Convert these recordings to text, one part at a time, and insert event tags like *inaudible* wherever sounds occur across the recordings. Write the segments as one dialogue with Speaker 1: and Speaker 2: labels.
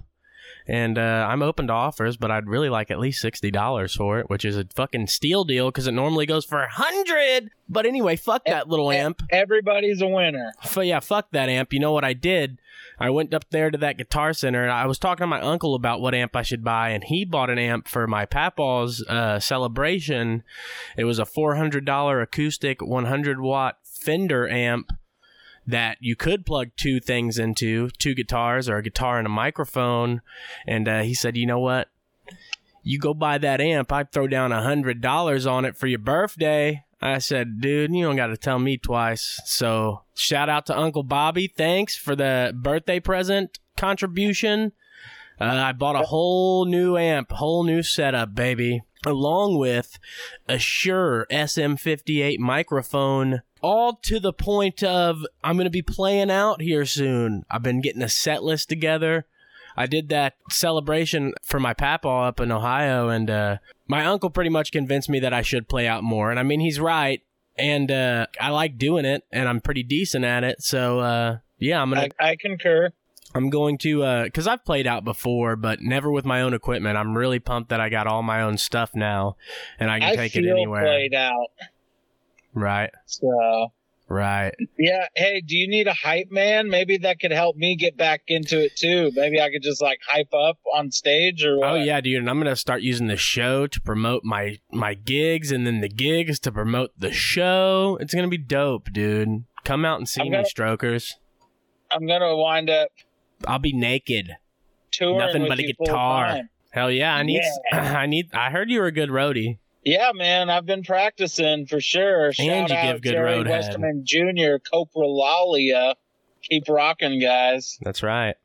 Speaker 1: and uh, I'm open to offers, but I'd really like at least sixty dollars for it, which is a fucking steal deal because it normally goes for a hundred. But anyway, fuck that little amp.
Speaker 2: Everybody's a winner.
Speaker 1: F- yeah, fuck that amp. You know what I did? I went up there to that guitar center and I was talking to my uncle about what amp I should buy, and he bought an amp for my papaw's uh, celebration. It was a four hundred dollar acoustic one hundred watt Fender amp that you could plug two things into, two guitars or a guitar and a microphone. And uh, he said, you know what? You go buy that amp. I throw down a hundred dollars on it for your birthday. I said, dude, you don't got to tell me twice. So shout out to Uncle Bobby. Thanks for the birthday present contribution. Uh, I bought a whole new amp, whole new setup, baby, along with a Shure SM58 microphone. All to the point of I'm going to be playing out here soon. I've been getting a set list together. I did that celebration for my papaw up in Ohio, and uh, my uncle pretty much convinced me that I should play out more. And I mean, he's right, and uh, I like doing it, and I'm pretty decent at it. So uh, yeah, I'm gonna
Speaker 2: I, I concur.
Speaker 1: I'm going to uh cuz I've played out before but never with my own equipment. I'm really pumped that I got all my own stuff now and I can
Speaker 2: I
Speaker 1: take
Speaker 2: feel
Speaker 1: it anywhere.
Speaker 2: played out.
Speaker 1: Right.
Speaker 2: So
Speaker 1: Right.
Speaker 2: yeah. Hey, do you need a hype man? Maybe that could help me get back into it too. Maybe I could just like hype up on stage or.
Speaker 1: Oh
Speaker 2: what?
Speaker 1: yeah, dude, and I'm going to start using the show to promote my my gigs and then the gigs to promote the show. It's going to be dope, dude. Come out and see
Speaker 2: I'm
Speaker 1: me,
Speaker 2: gonna-
Speaker 1: strokers.
Speaker 2: I'm gonna wind up
Speaker 1: I'll be naked.
Speaker 2: touring
Speaker 1: Nothing
Speaker 2: with
Speaker 1: but a
Speaker 2: you full
Speaker 1: guitar.
Speaker 2: time.
Speaker 1: Hell yeah, I need *clears throat* I need I heard you were a good roadie.
Speaker 2: Yeah, man, I've been practicing for sure. Shout
Speaker 1: you
Speaker 2: out
Speaker 1: give good
Speaker 2: Jerry
Speaker 1: roadhead.
Speaker 2: Westerman Jr., Coprolalia. Keep rocking, guys.
Speaker 1: That's right.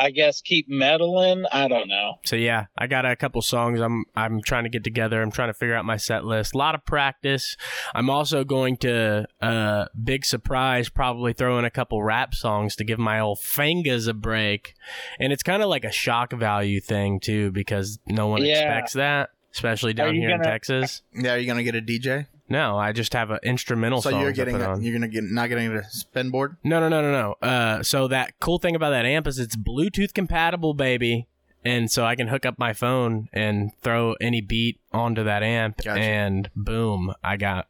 Speaker 2: I guess keep meddling. I don't know.
Speaker 1: So yeah, I got a couple songs I'm I'm trying to get together. I'm trying to figure out my set list. A lot of practice. I'm also going to uh big surprise probably throw in a couple rap songs to give my old fingers a break. And it's kind of like a shock value thing too because no one
Speaker 2: Yeah.
Speaker 1: expects that, especially down
Speaker 2: you
Speaker 1: here in
Speaker 2: gonna-
Speaker 1: Texas.
Speaker 3: Yeah, are you gonna get a DJ?
Speaker 1: No, I just have an instrumental
Speaker 3: so
Speaker 1: song.
Speaker 3: you're getting
Speaker 1: put
Speaker 3: a,
Speaker 1: on.
Speaker 3: you're gonna get not getting a spin board.
Speaker 1: No, no, no, no, no. Uh, so that cool thing about that amp is it's Bluetooth compatible, baby. And so I can hook up my phone and throw any beat onto that amp,
Speaker 3: Gotcha.
Speaker 1: and boom, I got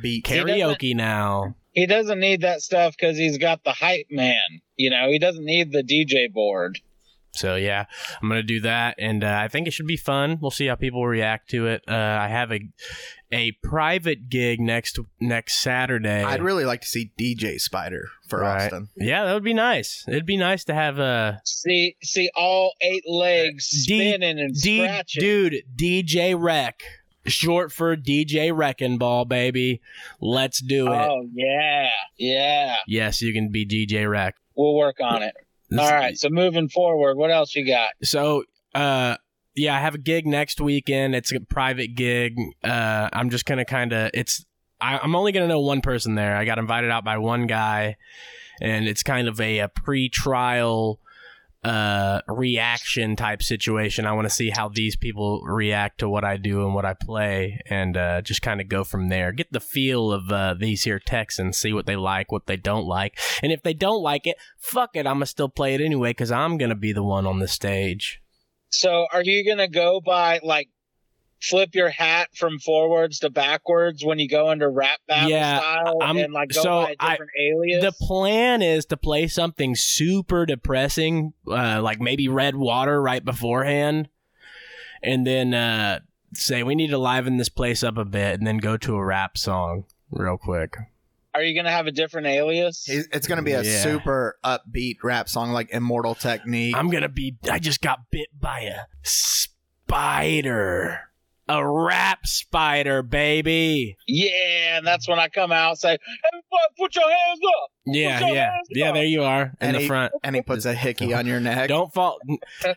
Speaker 3: Beat.
Speaker 1: karaoke now.
Speaker 2: He doesn't need that stuff because he's got the hype man. You know, he doesn't need the DJ board.
Speaker 1: So yeah, I'm gonna do that, and uh, I think it should be fun. We'll see how people react to it. Uh, I have a a private gig next next Saturday.
Speaker 3: I'd really like to see DJ Spider for
Speaker 1: Right.
Speaker 3: Austin.
Speaker 1: yeah, that would be nice. It'd be nice to have uh, a
Speaker 2: See, see all eight legs
Speaker 1: Uh, D-
Speaker 2: spinning and
Speaker 1: D-
Speaker 2: scratching.
Speaker 1: dude, DJ Wreck, short for DJ Wrecking Ball, baby. Let's do it.
Speaker 2: oh yeah, yeah.
Speaker 1: Yes, you can be DJ Wreck.
Speaker 2: We'll work on it. All right. So moving forward, what else you got?
Speaker 1: So, uh, yeah, I have a gig next weekend. It's a private gig. Uh, I'm just gonna kind of. It's. I, I'm only gonna know one person there. I got invited out by one guy, and it's kind of a, a pre-trial uh reaction type situation. I want to see how these people react to what I do and what I play and uh just kind of go from there. Get the feel of uh these here Texans, see what they like, what they don't like. And if they don't like it, fuck it, I'm gonna still play it anyway cuz I'm going to be the one on the stage.
Speaker 2: So are you gonna go by like flip your hat from forwards to backwards when you go into rap battle
Speaker 1: Yeah,
Speaker 2: style
Speaker 1: I'm-
Speaker 2: and like go
Speaker 1: so
Speaker 2: by a
Speaker 1: I-
Speaker 2: different alias?
Speaker 1: The plan is to play something super depressing, uh, like maybe Red Water right beforehand, and then uh, say we need to liven this place up a bit, and then go to a rap song real quick.
Speaker 2: are you gonna have a different alias?
Speaker 3: It- It's going to be a
Speaker 1: Yeah.
Speaker 3: super upbeat rap song like Immortal Technique.
Speaker 1: I'm gonna be. I just got bit by a spider, a rap spider, baby.
Speaker 2: yeah, and that's when I come out and say, Everybody put your hands up.
Speaker 1: Yeah,
Speaker 2: Put your
Speaker 1: yeah,
Speaker 2: hands
Speaker 1: yeah.
Speaker 2: up.
Speaker 1: There you are in
Speaker 3: And
Speaker 1: the
Speaker 2: *laughs*
Speaker 3: he-
Speaker 1: front.
Speaker 3: and he puts a hickey on your neck.
Speaker 1: Don't fall.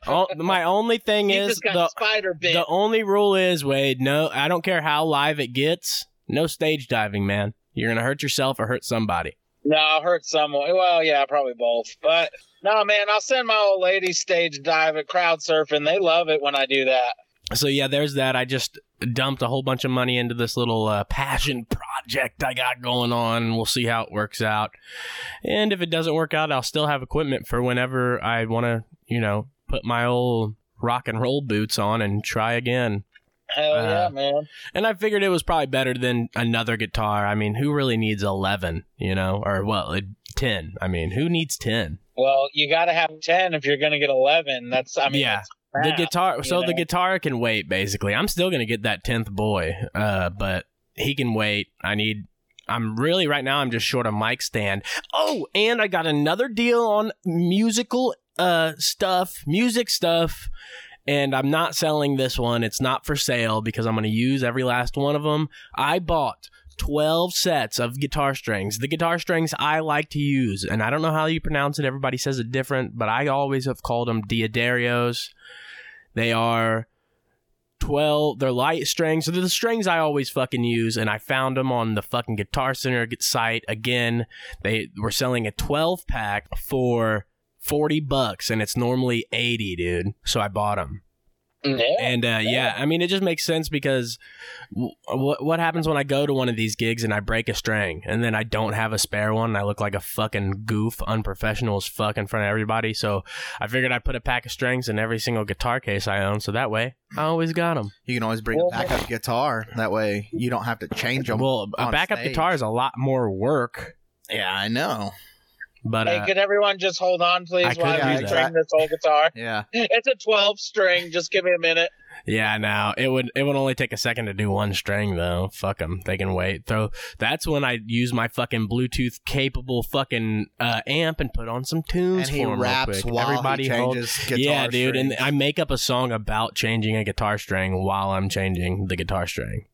Speaker 1: oh, my only thing
Speaker 2: You
Speaker 1: is
Speaker 2: just got
Speaker 1: the
Speaker 2: spider bit.
Speaker 1: The only rule is, Wade, no, I don't care how live it gets, no stage diving, man. You're going to hurt yourself or hurt somebody.
Speaker 2: No, I'll hurt someone. Well, yeah, probably both. But no, man, I'll send my old lady stage dive at crowd surfing. They love it when I do that.
Speaker 1: So, yeah, there's that. I just dumped a whole bunch of money into this little uh, passion project I got going on. We'll see how it works out. And if it doesn't work out, I'll still have equipment for whenever I want to, you know, put my old rock and roll boots on and try again.
Speaker 2: Hell
Speaker 1: Uh,
Speaker 2: yeah, man.
Speaker 1: And I figured it was probably better than another guitar. I mean, who really needs 11, you know? Or, well, it- 10. I mean, who needs 10?
Speaker 2: Well, you got to have 10 if you're going to get 11. That's, I mean,
Speaker 1: Yeah.
Speaker 2: that's crap.
Speaker 1: the guitar
Speaker 2: you
Speaker 1: so the
Speaker 2: know?
Speaker 1: guitar can wait basically i'm still gonna get that 10th boy uh but he can wait i need i'm really right now i'm just short a mic stand oh and i got another deal on musical uh stuff music stuff and i'm not selling this one it's not for sale because i'm gonna use every last one of them i bought 12 sets of guitar strings. The guitar strings I like to use, and I don't know how you pronounce it. Everybody says it different, but I always have called them Diodarios. They are 12, they're light strings. So they're the strings I always fucking use, and I found them on the fucking Guitar Center site. Again, they were selling a 12 pack for 40 bucks, and it's normally 80, dude. So I bought them.
Speaker 3: Oh,
Speaker 2: Yeah.
Speaker 1: And uh, yeah, I mean, it just makes sense because w- what what happens when I go to one of these gigs and I break a string and then I don't have a spare one and I look like a fucking goof, unprofessional as fuck in front of everybody. So I figured I'd put a pack of strings in every single guitar case I own, so that way I always got them.
Speaker 3: You can always bring a
Speaker 2: Well,
Speaker 3: backup guitar. That way you don't have to change them.
Speaker 1: Well, a
Speaker 3: on
Speaker 1: backup
Speaker 3: stage.
Speaker 1: guitar is a lot more work,
Speaker 3: yeah, I know.
Speaker 1: but
Speaker 2: Hey,
Speaker 1: uh,
Speaker 2: could everyone just hold on,
Speaker 1: I
Speaker 2: please,
Speaker 1: could
Speaker 2: while
Speaker 1: do
Speaker 2: I
Speaker 1: that.
Speaker 2: string this whole guitar? *laughs*
Speaker 3: Yeah.
Speaker 2: It's a 12 string. Just give me a minute.
Speaker 1: Yeah, no, it would it would only take a second to do one string though. Fuck them, they can wait. So that's when I use my fucking Bluetooth capable fucking uh, amp and put on some tunes
Speaker 3: And he
Speaker 1: for 'em real
Speaker 3: raps
Speaker 1: quick.
Speaker 3: while
Speaker 1: Everybody
Speaker 3: he
Speaker 1: hold-
Speaker 3: changes guitar
Speaker 1: yeah, dude, and
Speaker 3: strings.
Speaker 1: I make up a song about changing a guitar string while I'm changing the guitar string.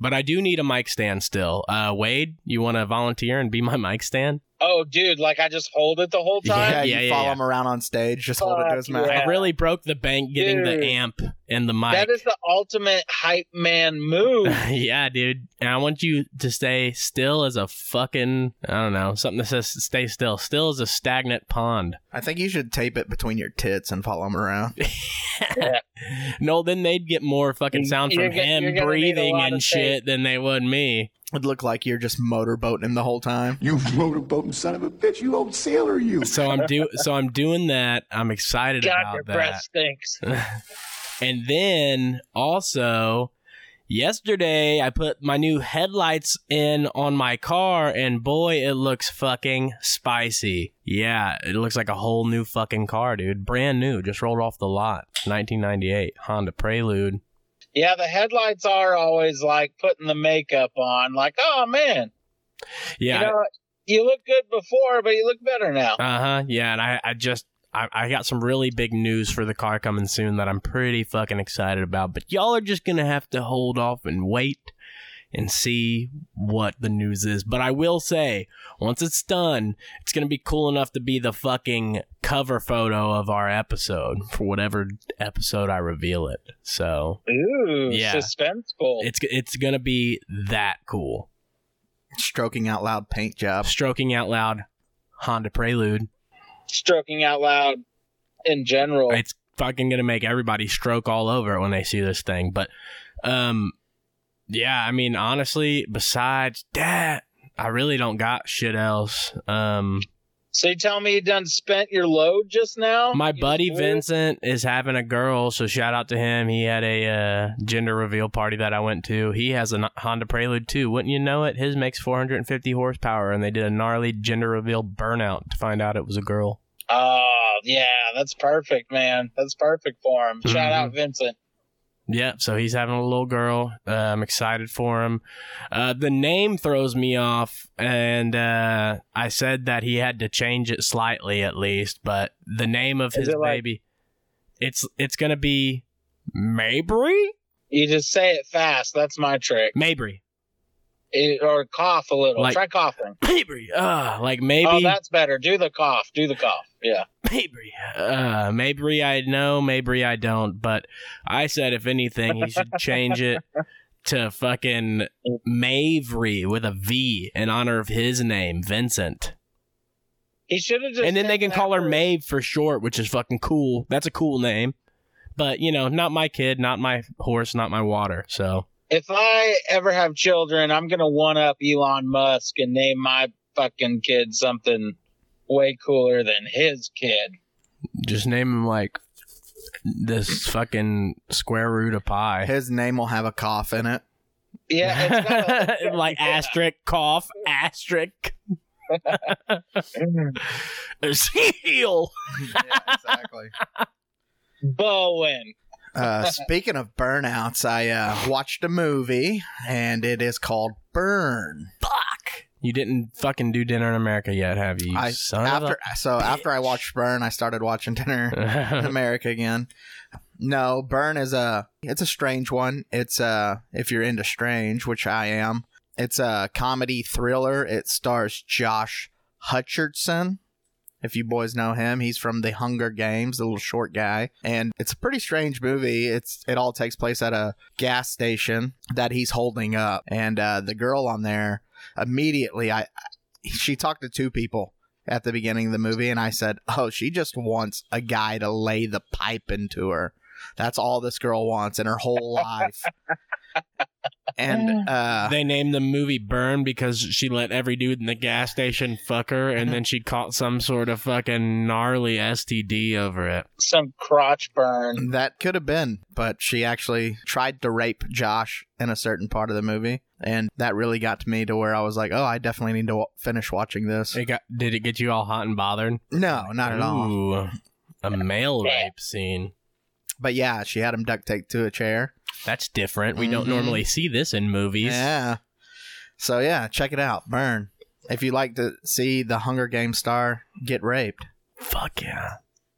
Speaker 1: But I do need a mic stand still. Uh, Wade, you want to volunteer and be my mic stand? *laughs*
Speaker 2: Oh, dude, like I just hold it the whole time.
Speaker 3: yeah,
Speaker 1: yeah,
Speaker 3: you
Speaker 1: yeah,
Speaker 3: follow
Speaker 1: yeah.
Speaker 3: him around on stage, just hold it to his
Speaker 2: Fuck
Speaker 3: mouth.
Speaker 2: yeah.
Speaker 1: I really broke the bank getting
Speaker 2: Dude.
Speaker 1: the amp and the mic.
Speaker 2: That is the ultimate hype man
Speaker 1: *laughs*
Speaker 2: move.
Speaker 1: yeah, dude. And I want you to stay still as a fucking I don't know something that says stay still. Still as a stagnant pond.
Speaker 3: I think you should tape it between your tits and follow him around.
Speaker 1: No, then they'd get more fucking
Speaker 2: You-
Speaker 1: sound
Speaker 2: you're
Speaker 1: from
Speaker 2: gonna- you're gonna
Speaker 1: him
Speaker 2: need a
Speaker 1: breathing
Speaker 2: lot
Speaker 1: and
Speaker 2: of
Speaker 1: shit than they would me.
Speaker 3: It'd look like you're just motorboating him the whole time.
Speaker 4: You motorboating son of a bitch. You old sailor, you.
Speaker 1: So
Speaker 2: *laughs*
Speaker 1: I'm do so I'm doing that. I'm excited
Speaker 2: God,
Speaker 1: about
Speaker 2: your
Speaker 1: that.
Speaker 2: breath stinks.
Speaker 1: And then also yesterday I put my new headlights in on my car and boy it looks fucking spicy. Yeah, it looks like a whole new fucking car, dude. Brand new, just rolled off the lot. 1998 Honda Prelude.
Speaker 2: Yeah, the headlights are always like putting the makeup on. Like, oh man,
Speaker 1: Yeah.
Speaker 2: you know, you look good before, but you look better now.
Speaker 1: Uh huh. Yeah, and I, I just I, I got some really big news for the car coming soon that I'm pretty fucking excited about. But y'all are just gonna have to hold off and wait and see what the news is. But I will say, once it's done, it's gonna be cool enough to be the fucking cover photo of our episode for whatever episode I reveal it. So
Speaker 2: Ooh,
Speaker 1: Yeah.
Speaker 2: suspenseful.
Speaker 1: it's it's gonna be that cool.
Speaker 3: Stroking out
Speaker 1: *laughs*
Speaker 3: loud paint job.
Speaker 1: Stroking out loud, Honda Prelude.
Speaker 2: Stroking out loud, in general.
Speaker 1: It's fucking gonna make everybody stroke all over when they see this thing. But um yeah, I mean honestly, besides that, I really don't got shit else. Um
Speaker 2: So you tell me you done spent your load just now?
Speaker 1: my
Speaker 2: You
Speaker 1: buddy
Speaker 2: fool?
Speaker 1: Vincent is having a girl, so shout out to him. He had a uh, gender reveal party that I went to. He has a Honda Prelude too. Wouldn't you know it? His makes 450 horsepower, and they did a gnarly gender reveal burnout to find out it was a girl.
Speaker 2: Oh yeah, that's perfect, man. That's perfect for him. Shout
Speaker 1: Mhm.
Speaker 2: out Vincent.
Speaker 1: Yeah, so he's having a little girl. Uh, I'm excited for him. Uh, the name throws me off, and uh, I said that he had to change it slightly at least, but the name of
Speaker 2: Is
Speaker 1: his
Speaker 2: it like-
Speaker 1: baby, it's it's gonna be Mabry.
Speaker 2: You just say it fast. That's my trick.
Speaker 1: Mabry.
Speaker 2: It- or cough a little.
Speaker 1: Like-
Speaker 2: Try coughing.
Speaker 1: Mabry. Uh, like maybe
Speaker 2: Oh, that's better. Do the cough. Do the cough. Yeah.
Speaker 1: Mabry. Uh, Mabry I know, Mabry I don't, but I said if anything, he should change it to fucking Mavry with a V in honor of his name, Vincent.
Speaker 2: He should have just.
Speaker 1: And then they can
Speaker 2: taken
Speaker 1: call her
Speaker 2: after-
Speaker 1: Mave for short, which is fucking cool. That's a cool name. But, you know, not my kid, not my horse, not my water. So,
Speaker 2: If I ever have children, I'm gonna one up Elon Musk and name my fucking kid something way cooler than his kid.
Speaker 1: just name him like this fucking square root of pi.
Speaker 3: His name will have a cough in it.
Speaker 2: Yeah. It's gotta-
Speaker 1: *laughs* like
Speaker 2: yeah.
Speaker 1: asterisk cough asterisk seal.
Speaker 3: *laughs* yeah, exactly.
Speaker 2: *laughs* Bowen.
Speaker 3: *laughs* Uh, speaking of burnouts, I uh, watched a movie and it is called Burn.
Speaker 1: You didn't fucking do dinner in America yet, have you? you
Speaker 3: I-
Speaker 1: son
Speaker 3: after so after I
Speaker 1: bitch.
Speaker 3: watched Burn, I started watching Dinner
Speaker 1: of *laughs*
Speaker 3: in
Speaker 1: a-
Speaker 3: America again. No, Burn is a it's a strange one. It's uh if you're into strange, which I am. It's a comedy thriller. It stars Josh Hutcherson. If you boys know him, he's from The Hunger Games, the little short guy, and it's a pretty strange movie. It's it all takes place at a gas station that he's holding up, and uh, the girl on there immediately, I she talked to two people at the beginning of the movie and I said, "Oh, she just wants a guy to lay the pipe into her. That's all this girl wants in her whole life." and uh
Speaker 1: they named the movie Burn because she let every dude in the gas station fuck her, and then she caught some sort of fucking gnarly STD over it.
Speaker 2: Some crotch burn.
Speaker 3: that could have been, but she actually tried to rape Josh in a certain part of the movie, and that really got to me to where I was like, "Oh, I definitely need to w- finish watching this."
Speaker 1: It got, did it get you all hot and bothered?
Speaker 3: No, not at all.
Speaker 1: Ooh, a male rape scene.
Speaker 3: But yeah, she had him duct taped to a chair.
Speaker 1: That's different. We don't
Speaker 3: Mhm.
Speaker 1: normally see this in movies.
Speaker 3: Yeah. So yeah, check it out, Burn. If you like to see the Hunger Game star get raped,
Speaker 1: Fuck yeah.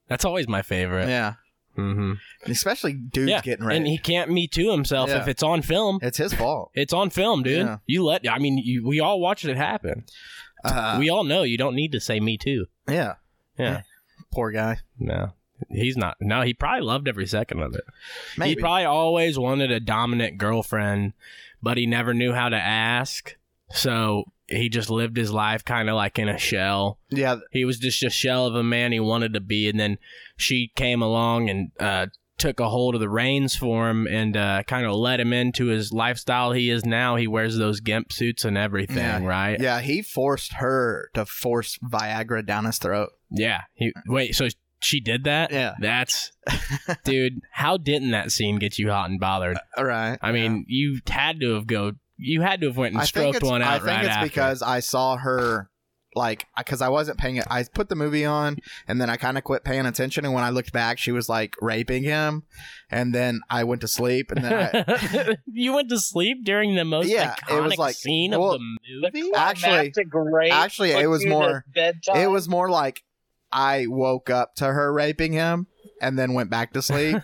Speaker 1: That's always my favorite.
Speaker 3: yeah,
Speaker 1: Mm-hmm.
Speaker 3: especially dudes
Speaker 1: Yeah,
Speaker 3: getting raped,
Speaker 1: And he can't me too himself
Speaker 3: Yeah.
Speaker 1: if it's on film.
Speaker 3: it's his fault.
Speaker 1: It's on film, dude.
Speaker 3: Yeah.
Speaker 1: You let. I mean, you, we all watched it happen.
Speaker 3: Uh,
Speaker 1: we all know you don't need to say me too.
Speaker 3: yeah,
Speaker 1: Yeah.
Speaker 3: poor guy.
Speaker 1: No. He's not. No, he probably loved every second of it.
Speaker 3: Maybe.
Speaker 1: He probably always wanted a dominant girlfriend, but he never knew how to ask. So he just lived his life kind of like in a shell.
Speaker 3: yeah,
Speaker 1: He was just a shell of a man he wanted to be, and then she came along and uh, took a hold of the reins for him and uh, kind of led him into his lifestyle he is now. He wears those gimp suits and everything,
Speaker 3: Yeah.
Speaker 1: right?
Speaker 3: yeah. He forced her to force Viagra down his throat.
Speaker 1: Yeah. He, wait, so she did that?
Speaker 3: Yeah.
Speaker 1: That's,
Speaker 3: *laughs*
Speaker 1: dude. How didn't that scene get you hot and bothered?
Speaker 3: All right.
Speaker 1: I mean, you had to have go. You had to have went and
Speaker 3: I think
Speaker 1: stroked
Speaker 3: it's,
Speaker 1: one out
Speaker 3: I think
Speaker 1: right
Speaker 3: it's
Speaker 1: after. *laughs*
Speaker 3: because I saw her like because I wasn't paying it. I put the movie on and then I kind of quit paying attention. And when I looked back, she was like raping him, and then I went to sleep. And then
Speaker 1: *laughs*
Speaker 3: I,
Speaker 1: you went to sleep during the most
Speaker 3: Yeah, it
Speaker 1: iconic
Speaker 3: was like-
Speaker 1: scene
Speaker 3: well,
Speaker 1: of the movie.
Speaker 3: Actually-
Speaker 2: Climactic rape
Speaker 3: actually, it
Speaker 2: put
Speaker 3: was
Speaker 2: you to
Speaker 3: more-
Speaker 2: bedtime.
Speaker 3: it was more like I woke up to her raping him. And then went back to
Speaker 1: *laughs*
Speaker 3: sleep,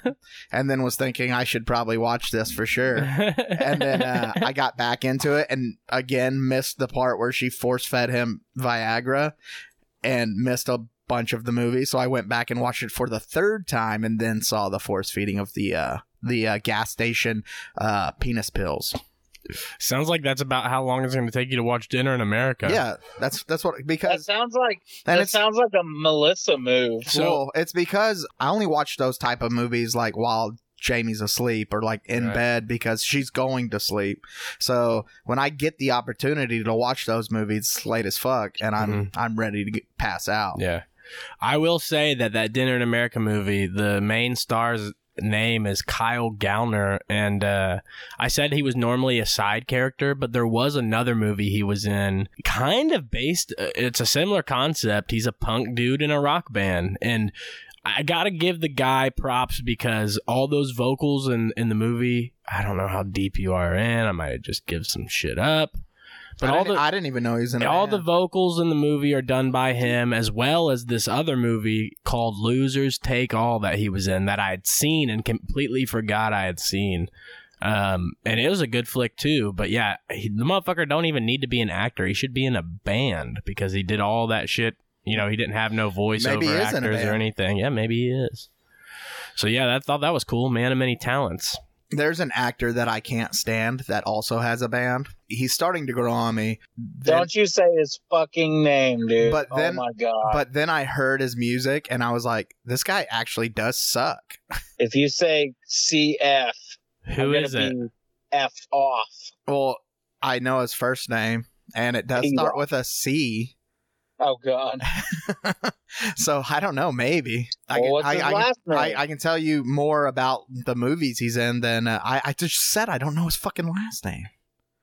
Speaker 3: and then was thinking I should probably watch this for sure. And then uh, I got back into it, and again missed the part where she force fed him Viagra, and missed a bunch of the movie. So I went back and watched it for the third time, and then saw the force feeding of the uh, the uh, gas station uh, penis pills.
Speaker 1: *laughs* Sounds like that's about how long it's going to take you to watch Dinner in America.
Speaker 3: Yeah, that's that's what
Speaker 2: That
Speaker 3: because
Speaker 2: sounds like
Speaker 3: and
Speaker 2: that
Speaker 3: it's
Speaker 2: sounds like a Melissa move.
Speaker 1: So-
Speaker 3: well, it's because I only watch those type of movies like while Jamie's asleep or like in
Speaker 1: Right.
Speaker 3: bed because she's going to sleep. So when I get the opportunity to watch those movies, it's late as fuck, and I'm I'm ready to get, pass out.
Speaker 1: Mm-hmm. Yeah. I will say that that Dinner in America movie, the main star's name is Kyle Gallner. And uh, I said he was normally a side character, but there was another movie he was in, kind of based, uh, it's a similar concept. He's a punk dude in a rock band. And I gotta give the guy props because all those vocals in, in the movie, I don't know how deep you are in. I might just give some shit up. But
Speaker 3: I,
Speaker 1: all
Speaker 3: didn't,
Speaker 1: the
Speaker 3: I didn't even know he was in a
Speaker 1: all the
Speaker 3: band.
Speaker 1: vocals in the movie are done by him, as well as this other movie called Losers Take All that he was in that I had seen and completely forgot I had seen. Um, and it was a good flick too. But yeah, he, the motherfucker don't even need to be an actor. He should be in a band because he did all that shit. You know, he didn't have no voice
Speaker 3: Maybe he
Speaker 1: over
Speaker 3: is in a
Speaker 1: actors or
Speaker 3: band.
Speaker 1: anything. Yeah, maybe he is. So yeah, that thought that was cool. Man of many talents.
Speaker 3: There's an actor that I can't stand that also has a band. He's starting to grow on me. Then-
Speaker 2: Don't you say his fucking name, dude.
Speaker 3: But then-
Speaker 2: oh my god.
Speaker 3: but then I heard his music and I was like, this guy actually does suck.
Speaker 2: if you say CF,
Speaker 1: Who
Speaker 2: I'm
Speaker 1: is
Speaker 2: gonna
Speaker 1: it?
Speaker 2: be F off.
Speaker 3: Well, I know his first name and it does
Speaker 2: Bingo.
Speaker 3: start with a C.
Speaker 2: Oh god.
Speaker 3: *laughs* so I don't know. Maybe I,
Speaker 2: Well,
Speaker 3: can-
Speaker 2: what's
Speaker 3: I,
Speaker 2: his
Speaker 3: I,
Speaker 2: last
Speaker 3: can- I,
Speaker 2: name?
Speaker 3: I can tell you more about the movies he's in than uh, I, I just said. I don't know his fucking last name.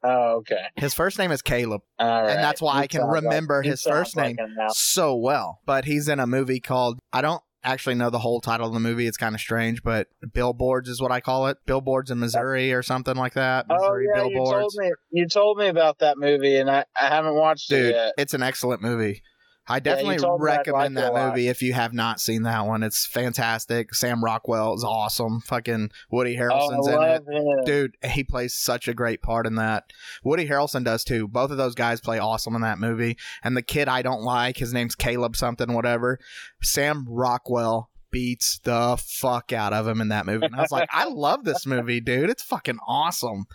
Speaker 2: Oh, okay.
Speaker 3: His first name is Caleb
Speaker 2: All right.
Speaker 3: And that's why
Speaker 2: He
Speaker 3: I can
Speaker 2: sounds like-
Speaker 3: remember
Speaker 2: he
Speaker 3: his
Speaker 2: sounds
Speaker 3: first
Speaker 2: like
Speaker 3: name.
Speaker 2: him now.
Speaker 3: so well, but he's in a movie called I don't actually know the whole title of the movie. It's kind of strange, but Billboards is what I call it. Billboards in Missouri or something like that.
Speaker 2: Oh
Speaker 3: Missouri
Speaker 2: yeah, you told
Speaker 3: Billboards.
Speaker 2: me you told me about that movie, and I, I haven't watched
Speaker 3: Dude,
Speaker 2: it yet.
Speaker 3: it's an excellent movie. I definitely
Speaker 2: told me I'd
Speaker 3: recommend
Speaker 2: like it
Speaker 3: that
Speaker 2: a lot.
Speaker 3: movie if you have not seen that one. It's fantastic. Sam Rockwell is awesome. Fucking Woody Harrelson's
Speaker 2: oh, I love
Speaker 3: in it.
Speaker 2: him.
Speaker 3: Dude, he plays such a great part in that. Woody Harrelson does too. Both of those guys play awesome in that movie. And the kid I don't like, his name's Caleb something, whatever. Sam Rockwell beats the fuck out of him in that movie. And I was like, I love this movie, dude. It's fucking awesome.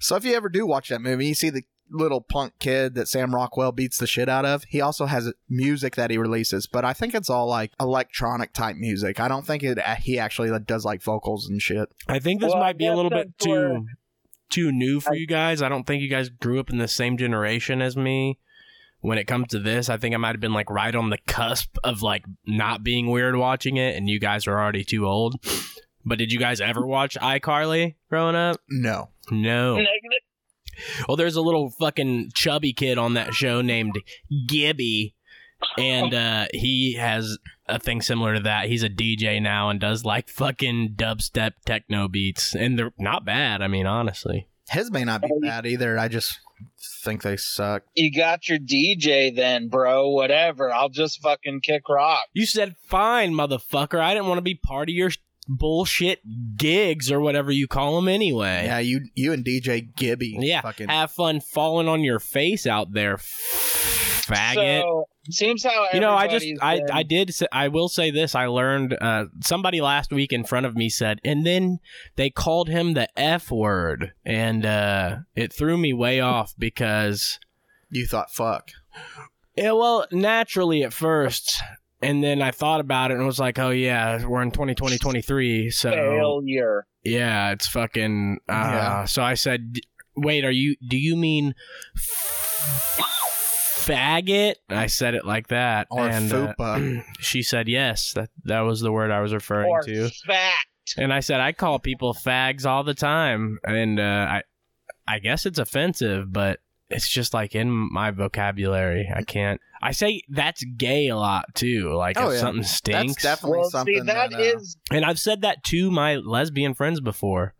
Speaker 3: So if you ever do watch that movie, you see the little punk kid that Sam Rockwell beats the shit out of. He also has music that he releases, but I think it's all like electronic type music. I don't think it he actually does like vocals and shit.
Speaker 1: I think this
Speaker 2: Well, I
Speaker 1: might be a
Speaker 2: guess
Speaker 1: little bit
Speaker 2: that's where-
Speaker 1: too too new for
Speaker 2: I-
Speaker 1: you guys. I don't think you guys grew up in the same generation as me. When it comes to this, I think I might have been like right on the cusp of like not being weird watching it, and you guys are already too old. But did you guys ever watch iCarly growing up?
Speaker 3: No.
Speaker 1: No.
Speaker 2: Negative.
Speaker 1: Well, there's a little fucking chubby kid on that show named Gibby, and uh, he has a thing similar to that. He's a DJ now and does like fucking dubstep techno beats, and they're not bad. I mean, honestly,
Speaker 3: His may not be
Speaker 2: Oh, you-
Speaker 3: bad either. I just think they suck.
Speaker 2: *laughs* You got your DJ then, bro. Whatever. I'll just fucking kick rock.
Speaker 1: you said fine, motherfucker. I didn't want to be part of your bullshit gigs or whatever you call them anyway.
Speaker 3: Yeah, you you and DJ Gibby.
Speaker 1: Yeah,
Speaker 3: Fucking,
Speaker 1: have fun falling on your face out there, faggot.
Speaker 2: So seems how
Speaker 1: you know i just
Speaker 2: everybody's
Speaker 1: i
Speaker 2: been-
Speaker 1: i did say, i will say this i learned uh somebody last week in front of me said and then they called him the f word and uh it threw me way off because
Speaker 3: you thought fuck.
Speaker 1: yeah well naturally at first and then i thought about it and was like oh yeah we're in 2020 23 so
Speaker 2: failure.
Speaker 1: yeah it's fucking uh
Speaker 3: Yeah.
Speaker 1: so i said "D- wait are you do you mean f- faggot i said it like that
Speaker 3: Or
Speaker 1: and uh,
Speaker 3: fupa.
Speaker 1: *clears throat* she said yes that that was the word i was referring
Speaker 2: Or
Speaker 1: to
Speaker 2: fat.
Speaker 1: and i said i call people fags all the time and uh, i i guess it's offensive but it's just like in my vocabulary i can't i say that's gay a lot too like
Speaker 3: Oh,
Speaker 1: if
Speaker 3: yeah.
Speaker 1: something stinks
Speaker 3: That's definitely
Speaker 2: Well,
Speaker 3: something
Speaker 2: see,
Speaker 3: that,
Speaker 2: that
Speaker 3: uh,
Speaker 2: is
Speaker 1: and i've said that to my lesbian friends before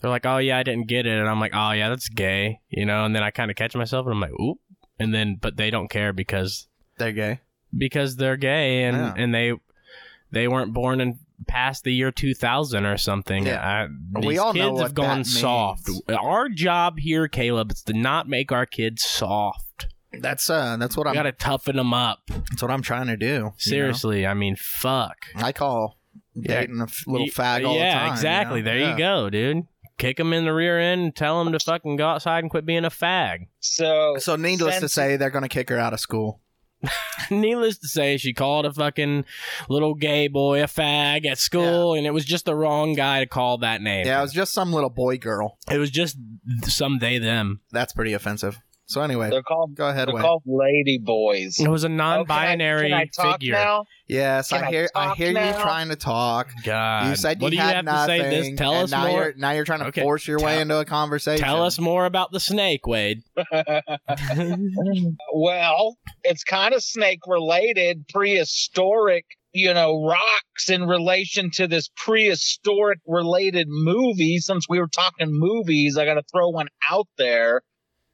Speaker 1: they're like oh yeah i didn't get it and i'm like oh yeah that's gay you know and then i kind of catch myself and i'm like oop and then but they don't care because
Speaker 3: they're gay.
Speaker 1: because they're gay and
Speaker 3: Yeah.
Speaker 1: and they they weren't born in past the year 2000 or something.
Speaker 3: Yeah.
Speaker 1: I,
Speaker 3: We
Speaker 1: these
Speaker 3: all
Speaker 1: kids
Speaker 3: know
Speaker 1: have
Speaker 3: what
Speaker 1: gone
Speaker 3: that
Speaker 1: soft.
Speaker 3: means.
Speaker 1: Our job here, Caleb, is to not make our kids soft.
Speaker 3: That's uh that's what
Speaker 1: We
Speaker 3: I'm
Speaker 1: got to toughen them up.
Speaker 3: that's what I'm trying to do. you know?
Speaker 1: Seriously, I mean, fuck.
Speaker 3: I call
Speaker 1: Yeah.
Speaker 3: dating a f- little
Speaker 1: You-
Speaker 3: fag all the
Speaker 1: yeah,
Speaker 3: time. you know?
Speaker 1: exactly. There
Speaker 3: Yeah.
Speaker 1: you go, dude. kick him in the rear end and tell him to fucking go outside and quit being a fag. *laughs*
Speaker 2: So,
Speaker 3: So, needless to
Speaker 2: Since-
Speaker 3: say, they're going to kick her out of school.
Speaker 1: Needless to say, she called a fucking little gay boy a fag at school, and it was just the wrong guy to call that name.
Speaker 3: Yeah, it was just some little boy girl.
Speaker 1: it was just some they them.
Speaker 3: That's pretty offensive. So, anyway,
Speaker 2: they're called
Speaker 3: go ahead.
Speaker 2: they're
Speaker 3: Wayne.
Speaker 2: called lady boys.
Speaker 1: It was a non-binary
Speaker 2: can I, can I talk
Speaker 1: figure.
Speaker 2: Now? *laughs*
Speaker 3: yes,
Speaker 2: Can
Speaker 3: I
Speaker 2: I
Speaker 3: hear I,
Speaker 2: talk
Speaker 3: hear you
Speaker 2: now?
Speaker 3: trying to talk.
Speaker 1: God,
Speaker 3: You said
Speaker 1: Uh, what
Speaker 3: you
Speaker 1: do you
Speaker 3: had
Speaker 1: have
Speaker 3: nothing.
Speaker 1: to say? This tell
Speaker 3: and
Speaker 1: us
Speaker 3: now
Speaker 1: more.
Speaker 3: You're, now you're trying to
Speaker 1: Okay,
Speaker 3: force your way
Speaker 1: tell-
Speaker 3: into a conversation.
Speaker 1: Tell us more about the snake, Wade.
Speaker 2: well, it's kind of snake related, prehistoric, you know, rocks in relation to this prehistoric related movie. Since we were talking movies, I got to throw one out there.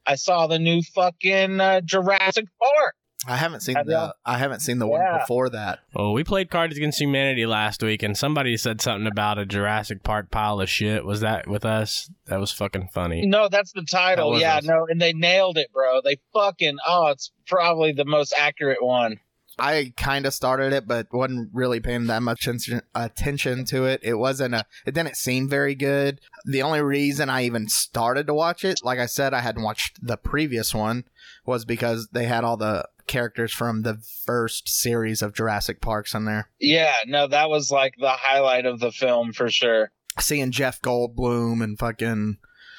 Speaker 2: I saw the new fucking uh, Jurassic Park.
Speaker 3: I haven't seen
Speaker 2: Have y'all-
Speaker 3: the I haven't seen the one
Speaker 2: Yeah.
Speaker 3: before that.
Speaker 1: Oh, we played Cards Against Humanity last week, and somebody said something about a Jurassic Park pile of shit. Was that with us? That was fucking funny.
Speaker 2: No, that's the
Speaker 1: That
Speaker 2: title.
Speaker 1: was
Speaker 2: Yeah,
Speaker 1: us.
Speaker 2: no, and they nailed it, bro. They fucking oh, it's probably the most accurate one.
Speaker 3: I kind of started it, but wasn't really paying that much atten- attention to it. It wasn't a. It didn't seem very good. The only reason I even started to watch it, like I said, I hadn't watched the previous one, was because they had all the characters from the first series of Jurassic Parks in there.
Speaker 2: Yeah, no, that was like the highlight of the film for sure.
Speaker 3: Seeing Jeff Goldblum and fucking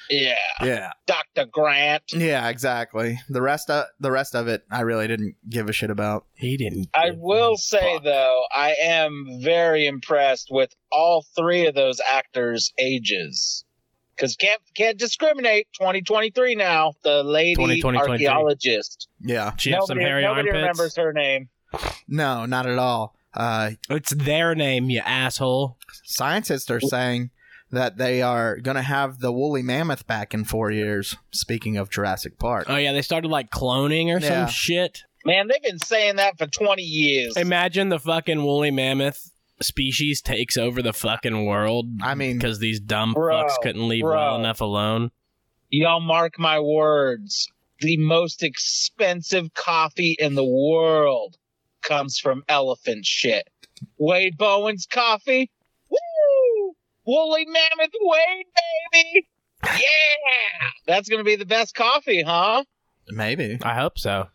Speaker 2: Yeah,
Speaker 3: yeah,
Speaker 2: Dr. Grant.
Speaker 3: yeah, exactly. The rest of the rest of it, I really didn't give a shit about.
Speaker 1: He didn't.
Speaker 2: I
Speaker 1: give
Speaker 2: will
Speaker 1: a
Speaker 2: say
Speaker 1: fuck.
Speaker 2: though, I am very impressed with all three of those actors' ages. Because can't can't discriminate. Twenty twenty three now. The lady
Speaker 1: 2023.
Speaker 2: archaeologist.
Speaker 3: Yeah,
Speaker 1: She have some
Speaker 2: Nobody-
Speaker 1: hairy
Speaker 2: nobody remembers
Speaker 1: armpits.
Speaker 2: her name.
Speaker 3: no, not at all. Uh,
Speaker 1: It's their name, you asshole.
Speaker 3: scientists are saying that they are going to have the woolly mammoth back in four years. Speaking of Jurassic Park,
Speaker 1: Oh yeah, they started like cloning or
Speaker 3: Yeah.
Speaker 1: some shit.
Speaker 2: Man, they've been saying that for twenty years.
Speaker 1: Imagine the fucking woolly mammoth species takes over the fucking world
Speaker 3: I mean,
Speaker 1: because these dumb
Speaker 2: Bro,
Speaker 1: fucks couldn't leave
Speaker 2: bro.
Speaker 1: well enough alone.
Speaker 2: Y'all mark my words. The most expensive coffee in the world comes from elephant shit. Wade Bowen's coffee. Woo! Woolly Mammoth Wade, baby! Yeah! That's gonna be the best coffee, huh?
Speaker 3: maybe
Speaker 1: I hope so.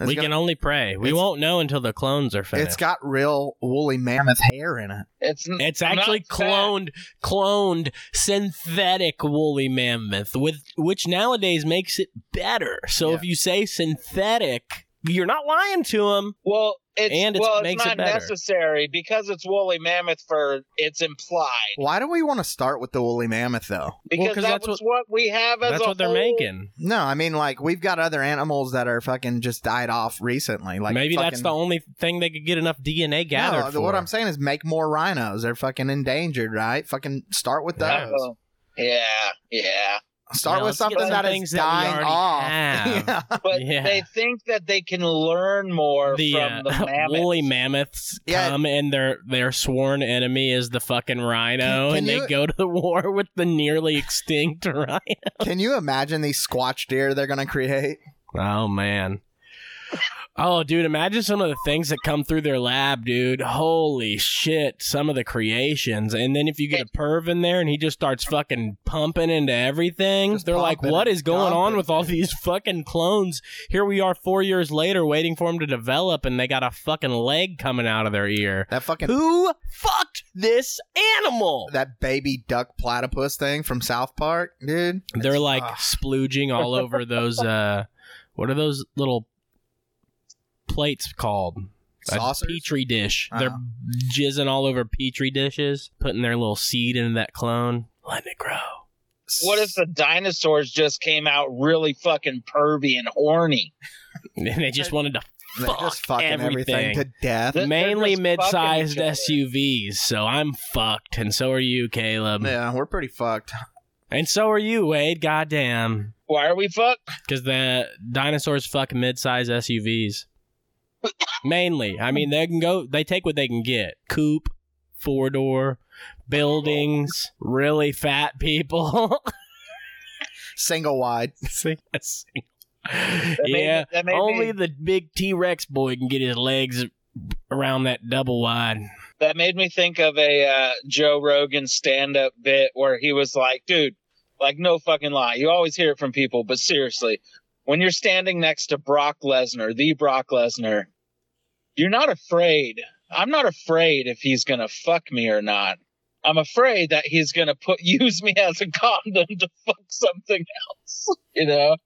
Speaker 3: It's
Speaker 1: we
Speaker 3: got-
Speaker 1: can only pray. We
Speaker 3: it's-
Speaker 1: won't know until the clones are finished.
Speaker 3: It's got real woolly mammoth hair in it.
Speaker 2: It's n-
Speaker 1: It's
Speaker 2: I'm not
Speaker 1: actually
Speaker 2: fat.
Speaker 1: cloned, cloned synthetic woolly mammoth, with which nowadays makes it better. So
Speaker 3: Yeah.
Speaker 1: if you say synthetic, you're not lying to them.
Speaker 2: Well, it's,
Speaker 1: And it's-
Speaker 2: well,
Speaker 1: makes
Speaker 2: it's
Speaker 1: it
Speaker 2: not
Speaker 1: better.
Speaker 2: necessary because it's woolly mammoth fur. It's implied
Speaker 3: Why do we want to start with the woolly mammoth though?
Speaker 2: because
Speaker 1: 'cause
Speaker 2: that
Speaker 1: that's
Speaker 2: was what, we have as
Speaker 1: That's
Speaker 2: a
Speaker 1: what they're
Speaker 2: whole-
Speaker 1: making.
Speaker 3: No, I mean like we've got other animals that are fucking just died off recently. Like
Speaker 1: Maybe that's
Speaker 3: fucking-
Speaker 1: the only thing they could get enough DNA gathered
Speaker 3: no,
Speaker 1: for.
Speaker 3: what I'm saying is make more rhinos. They're fucking endangered, right? Fucking start with
Speaker 1: Yeah.
Speaker 3: those.
Speaker 2: Oh, yeah, yeah.
Speaker 3: Start
Speaker 1: Yeah,
Speaker 3: with
Speaker 1: let's get
Speaker 3: something
Speaker 1: some
Speaker 3: that is
Speaker 1: things that we
Speaker 3: dying
Speaker 1: already
Speaker 3: off.
Speaker 1: have.
Speaker 3: *laughs* Yeah.
Speaker 2: but
Speaker 1: Yeah.
Speaker 2: they think that they can learn more
Speaker 1: the
Speaker 2: from the
Speaker 1: uh, *laughs*
Speaker 2: mammoth.
Speaker 1: woolly mammoths
Speaker 3: Yeah.
Speaker 1: come and their their sworn enemy is the fucking rhino,
Speaker 3: Can
Speaker 1: and
Speaker 3: you-
Speaker 1: they go to *laughs* war with the nearly extinct *laughs* rhino.
Speaker 3: Can you imagine these squatch deer they're gonna create?
Speaker 1: Oh man. Oh, dude, imagine some of the things that come through their lab, dude. Holy shit, some of the creations. And then if you get a perv in there and he just starts fucking pumping into everything,
Speaker 3: Just
Speaker 1: they're like,
Speaker 3: pumping
Speaker 1: what
Speaker 3: and
Speaker 1: is going on
Speaker 3: dumping."
Speaker 1: with all *laughs* these fucking clones? Here we are four years later waiting for them to develop and they got a fucking leg coming out of their ear.
Speaker 3: That fucking
Speaker 1: *laughs* Who fucked this animal?
Speaker 3: that baby duck platypus thing from South Park, dude.
Speaker 1: They're like
Speaker 2: ah.
Speaker 3: Ugh.
Speaker 1: splooging all over those, uh, what are those little plates called? a
Speaker 3: Saucers?
Speaker 1: petri dish.
Speaker 3: Uh-huh.
Speaker 1: They're jizzing all over petri dishes, putting their little seed into that clone, letting it grow.
Speaker 2: what if the dinosaurs just came out really fucking pervy and horny?
Speaker 1: *laughs* And they just wanted to
Speaker 3: They're just
Speaker 1: fuck
Speaker 3: fucking everything.
Speaker 1: everything.
Speaker 3: to death?
Speaker 2: They're- they're
Speaker 1: mainly
Speaker 2: just fucking
Speaker 1: mid-sized
Speaker 2: each other.
Speaker 1: SUVs. So I'm fucked, and so are you, Caleb,
Speaker 3: Yeah, we're pretty fucked.
Speaker 1: and so are you, Wade. Goddamn,
Speaker 2: Why are we fucked?
Speaker 1: because the dinosaurs fuck mid-sized SUVs. mainly, I mean, they can go. They take what they can get: coupe, four door, buildings, really fat people. *laughs*
Speaker 3: Single wide.
Speaker 1: Yes.
Speaker 2: That may-
Speaker 1: yeah,
Speaker 2: that may
Speaker 1: only
Speaker 2: be-
Speaker 1: the big T Rex boy can get his legs around that double wide.
Speaker 2: That made me think of a uh, Joe Rogan stand up bit where he was like, dude, Like, no fucking lie. You always hear it from people, but seriously, when you're standing next to Brock Lesnar, the Brock Lesnar, you're not afraid. I'm not afraid if he's going to fuck me or not. I'm afraid that he's going to put *laughs* use me as a condom to fuck something else, *laughs* you
Speaker 1: *laughs*
Speaker 2: know?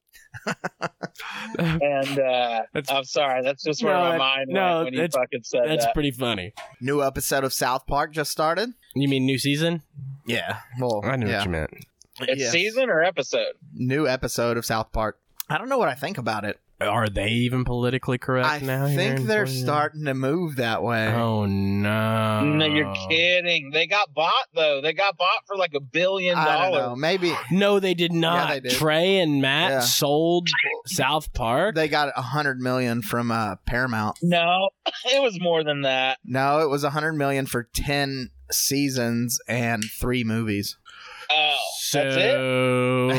Speaker 2: and uh,
Speaker 1: That's-
Speaker 2: I'm sorry, that's just where
Speaker 1: No,
Speaker 2: my
Speaker 1: that-
Speaker 2: mind
Speaker 1: no,
Speaker 2: went when you
Speaker 1: that's-
Speaker 2: fucking said
Speaker 1: That's
Speaker 2: that.
Speaker 1: pretty funny.
Speaker 3: New episode of South Park just started.
Speaker 1: You mean new season?
Speaker 3: Yeah. Well,
Speaker 1: I knew
Speaker 3: yeah.
Speaker 1: what you meant.
Speaker 2: it's
Speaker 3: Yes.
Speaker 2: season or episode?
Speaker 3: New episode of South Park. I don't know what I think about it.
Speaker 1: Are they even politically correct
Speaker 3: I
Speaker 1: now? here
Speaker 3: think
Speaker 1: in
Speaker 3: they're
Speaker 1: Florida?
Speaker 3: starting to move that way.
Speaker 1: Oh no!
Speaker 2: no, you're
Speaker 3: Oh.
Speaker 2: kidding. They got bought though. They got bought for like a billion
Speaker 3: I don't know.
Speaker 2: dollars.
Speaker 3: Maybe
Speaker 1: No, they did not.
Speaker 3: they did.
Speaker 1: Trey and Matt
Speaker 3: Yeah.
Speaker 1: sold South Park.
Speaker 3: they got a hundred million from uh, Paramount.
Speaker 2: No, *laughs* it was more than that.
Speaker 3: No, it was a hundred million for ten seasons and three movies.
Speaker 2: Oh,
Speaker 1: so
Speaker 2: that's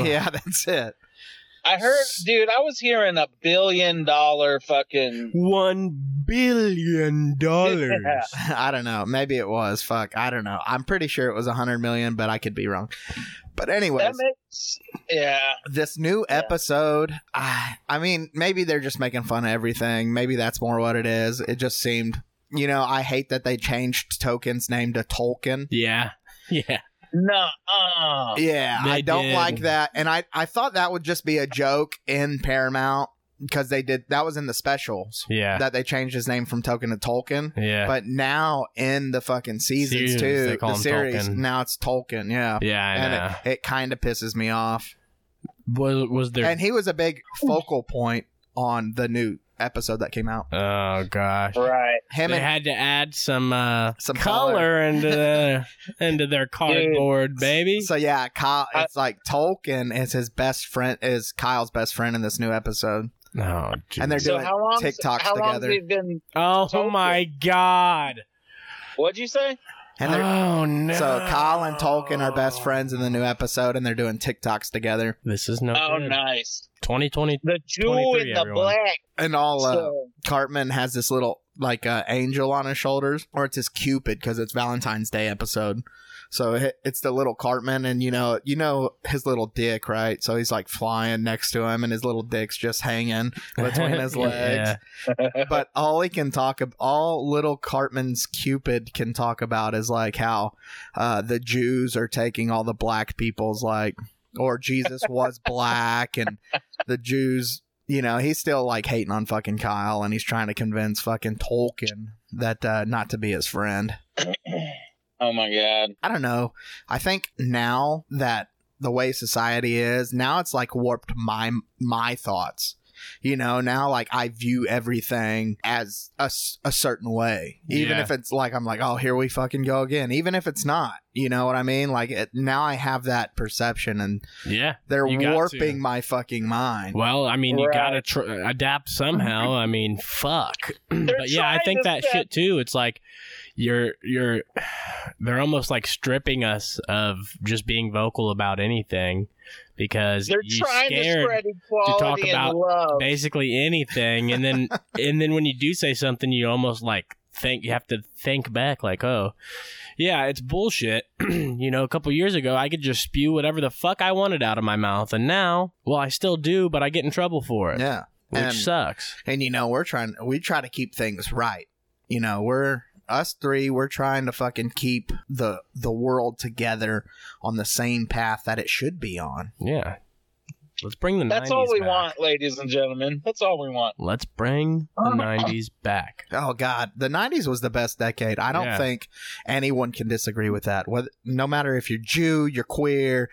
Speaker 2: it.
Speaker 3: *laughs* Yeah, that's it.
Speaker 2: I heard, dude. I was hearing a billion dollar fucking.
Speaker 1: one billion dollars.
Speaker 2: Yeah.
Speaker 3: *laughs* I don't know. Maybe it was. Fuck. I don't know. I'm pretty sure it was a hundred million, but I could be wrong. But
Speaker 2: That
Speaker 3: anyways,
Speaker 2: makes, yeah.
Speaker 3: this new
Speaker 2: Yeah.
Speaker 3: episode, I, I mean, maybe they're just making fun of everything. Maybe that's more what it is. It just seemed, you know, I hate that they changed Token's name to Tolkien.
Speaker 1: Yeah, yeah.
Speaker 2: No, uh,
Speaker 3: Yeah, I
Speaker 1: They
Speaker 3: don't
Speaker 1: did.
Speaker 3: like that. And I, I thought that would just be a joke in Paramount because they did that was in the specials
Speaker 1: Yeah.
Speaker 3: that they changed his name from Token to Tolkien.
Speaker 1: yeah.
Speaker 3: But now in the fucking seasons
Speaker 1: Series,
Speaker 3: too,
Speaker 1: they call
Speaker 3: the
Speaker 1: him
Speaker 3: series
Speaker 1: Tolkien.
Speaker 3: now it's Tolkien. Yeah,
Speaker 1: yeah, I know.
Speaker 3: and it, it kind of pisses me off.
Speaker 1: was was there?
Speaker 3: And he was a big focal point on the new episode that came out.
Speaker 1: oh gosh.
Speaker 2: right.
Speaker 3: Him
Speaker 1: they
Speaker 3: and
Speaker 1: had to add some uh,
Speaker 3: Some
Speaker 1: color,
Speaker 3: color.
Speaker 1: into
Speaker 3: *laughs*
Speaker 1: their into their cardboard, baby.
Speaker 3: so yeah, Kyle.
Speaker 2: I-
Speaker 3: It's like Tolkien is his best friend, is Kyle's best friend in this new episode,
Speaker 1: oh, geez.
Speaker 3: and they're
Speaker 2: So
Speaker 3: doing
Speaker 2: how long?
Speaker 3: TikToks
Speaker 2: how long
Speaker 3: together.
Speaker 2: they been?
Speaker 1: oh
Speaker 2: Tolkien.
Speaker 1: my god!
Speaker 2: What'd you say?
Speaker 3: and they're
Speaker 1: oh no!
Speaker 3: So Kyle and Tolkien are best friends in the new episode, and they're doing TikToks together.
Speaker 1: This is no.
Speaker 2: Oh,
Speaker 1: good.
Speaker 2: nice.
Speaker 1: 2020.
Speaker 2: The Jew
Speaker 1: 23,
Speaker 2: in the
Speaker 1: everyone.
Speaker 2: black.
Speaker 3: And all uh,
Speaker 2: So-
Speaker 3: Cartman has this little like uh, angel on his shoulders, or it's his Cupid because it's Valentine's Day episode. So it- it's the little Cartman, and you know, you know his little dick, right? So he's like flying next to him, and his little dick's just hanging between *laughs* his legs.
Speaker 1: *laughs* Yeah.
Speaker 3: But all he can talk, ab- all little Cartman's Cupid can talk about is like how uh, the Jews are taking all the black people's like, or Jesus was black and the Jews. You know, he's still like hating on fucking Kyle, and he's trying to convince fucking Tolkien that uh, not to be his friend.
Speaker 2: Oh my god.
Speaker 3: I don't know. I think now that the way society is, now it's like warped my my thoughts. You know, now like I view everything as a, s- a certain way, even
Speaker 1: Yeah.
Speaker 3: if it's like I'm like, oh, here we fucking go again. Even if it's not, you know what I mean? Like it, now I have that perception, and
Speaker 1: yeah.
Speaker 3: they're
Speaker 1: You got to.
Speaker 3: warping my fucking mind.
Speaker 1: Well, I mean, you
Speaker 2: Right.
Speaker 1: gotta tr- adapt somehow. I mean, fuck. *clears throat* but yeah, I
Speaker 2: trying
Speaker 1: think
Speaker 2: to
Speaker 1: that
Speaker 2: step-
Speaker 1: shit too. It's like you're you're *sighs* they're almost like stripping us of just being vocal about anything because
Speaker 2: They're
Speaker 1: you're
Speaker 2: trying to
Speaker 1: scared
Speaker 2: spread equality
Speaker 1: about
Speaker 2: and love.
Speaker 1: basically anything, and
Speaker 3: *laughs*
Speaker 1: then and then when you do say something, you almost like think you have to think back, like, oh, yeah, it's bullshit. *clears throat* you know, a couple years ago, I could just spew whatever the fuck I wanted out of my mouth, and now, well, I still do, but I get in trouble for it,
Speaker 3: Yeah,
Speaker 1: which
Speaker 3: And-
Speaker 1: sucks.
Speaker 3: and you know we're trying we try to keep things right you know we're us three we're trying to fucking keep the the world together on the same path that it should be on
Speaker 1: Yeah. Let's bring the 90s
Speaker 2: That's all we
Speaker 1: back.
Speaker 2: want, ladies and gentlemen. That's all we want.
Speaker 1: Let's bring
Speaker 2: *laughs*
Speaker 1: the 90s back.
Speaker 3: oh god the 90s was the best decade i don't
Speaker 1: Yeah.
Speaker 3: think anyone can disagree with that Whether, no matter if you're jew you're queer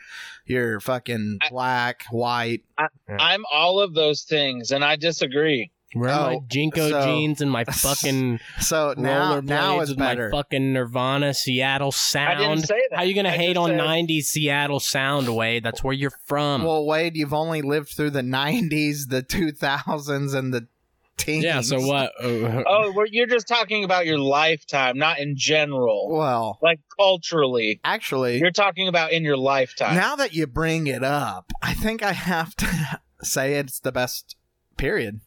Speaker 3: you're fucking
Speaker 2: I-
Speaker 3: black white
Speaker 2: I'm all of those things, and I disagree.
Speaker 1: Wear my
Speaker 3: Oh,
Speaker 1: Jinko
Speaker 3: so-
Speaker 1: jeans
Speaker 3: *laughs*
Speaker 1: and my fucking
Speaker 3: so now now
Speaker 1: rollerblades
Speaker 3: is
Speaker 1: with
Speaker 3: better
Speaker 1: my fucking Nirvana Seattle sound.
Speaker 2: I didn't say that.
Speaker 1: How you
Speaker 2: *laughs*
Speaker 1: gonna
Speaker 2: I
Speaker 1: hate
Speaker 2: just uh,
Speaker 1: on
Speaker 2: said-
Speaker 1: '90s Seattle sound, Wade? That's where you're from.
Speaker 3: well wade you've only lived through the 90s the 2000s and the teens
Speaker 1: yeah. So what? uh,
Speaker 2: Oh, well, you're just talking about your lifetime, not in general,
Speaker 3: well
Speaker 2: like culturally.
Speaker 3: actually
Speaker 2: You're talking about in your lifetime.
Speaker 3: Now that you bring it up, I think I have to *laughs* say it's the best period.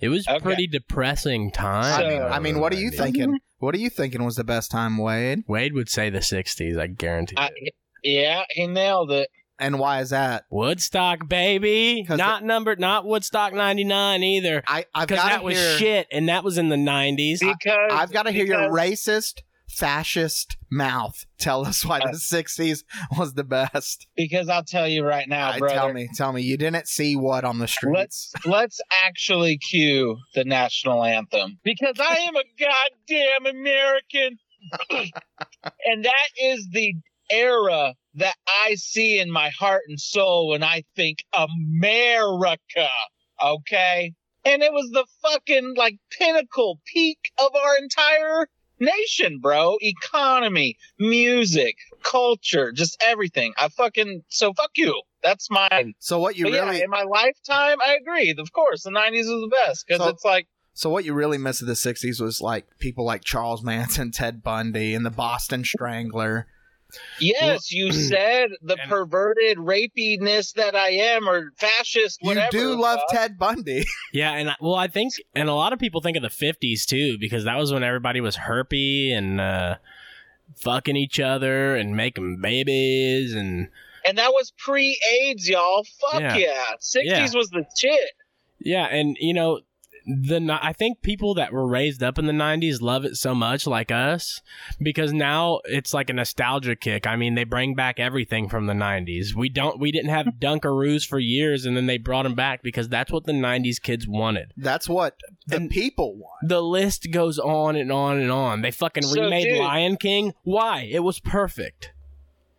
Speaker 1: it was
Speaker 2: okay.
Speaker 1: pretty depressing
Speaker 3: I,
Speaker 1: time.
Speaker 2: So-
Speaker 3: mean, I mean, what are you thinking? What are you thinking was the best time, Wade?
Speaker 1: Wade would say the '60s. I guarantee.
Speaker 2: I,
Speaker 1: it.
Speaker 2: yeah, he nailed it.
Speaker 3: And why is that?
Speaker 1: Woodstock, baby.
Speaker 3: 'Cause
Speaker 1: Not number, not Woodstock '99 either,
Speaker 3: I I've
Speaker 1: because
Speaker 3: got
Speaker 1: that was shit, and that was in the '90s.
Speaker 2: Because
Speaker 3: I've got to hear your
Speaker 2: because-
Speaker 3: racist fascist mouth tell us why the 60s was the best.
Speaker 2: because I'll tell you right now,
Speaker 3: Uh,
Speaker 2: brother.
Speaker 3: tell me, tell me you didn't see what on the streets.
Speaker 2: Let's let's actually cue the national anthem because I am a goddamn American, *clears throat* and that is the era that I see in my heart and soul when I think America. Okay, and it was the fucking like pinnacle peak of our entire nation, bro. Economy, music, culture, just everything. I fucking so fuck you. That's mine.
Speaker 3: So what you
Speaker 2: But
Speaker 3: really
Speaker 2: yeah, in my lifetime, I agree. Of course, the '90s is the best because
Speaker 3: So-
Speaker 2: it's like
Speaker 3: So what you really miss of the '60s was like people like Charles Manson, Ted Bundy, and the Boston Strangler.
Speaker 2: Yes,
Speaker 1: *clears throat*
Speaker 2: you said the
Speaker 1: And-
Speaker 2: perverted rapiness that I am, or fascist, whatever.
Speaker 3: you do love
Speaker 2: uh,
Speaker 3: Ted Bundy.
Speaker 1: Yeah, and I- well, I think, and a lot of people think of the '50s too, because that was when everybody was herpy and uh, fucking each other and making babies, and
Speaker 2: and that was pre-AIDS, y'all. Fuck
Speaker 1: Yeah.
Speaker 2: yeah, '60s was the shit.
Speaker 1: yeah, and you know, the ni- I think people that were raised up in the '90s love it so much, like us, because now it's like a nostalgia kick. I mean, they bring back everything from the '90s. We don't, we didn't have Dunkaroos for years, and then they brought them back because that's what the '90s kids wanted.
Speaker 3: That's what the
Speaker 1: And-
Speaker 3: people want.
Speaker 1: The list goes on and on and on. They fucking
Speaker 2: So,
Speaker 1: remade
Speaker 2: dude-
Speaker 1: Lion King. Why? It was perfect.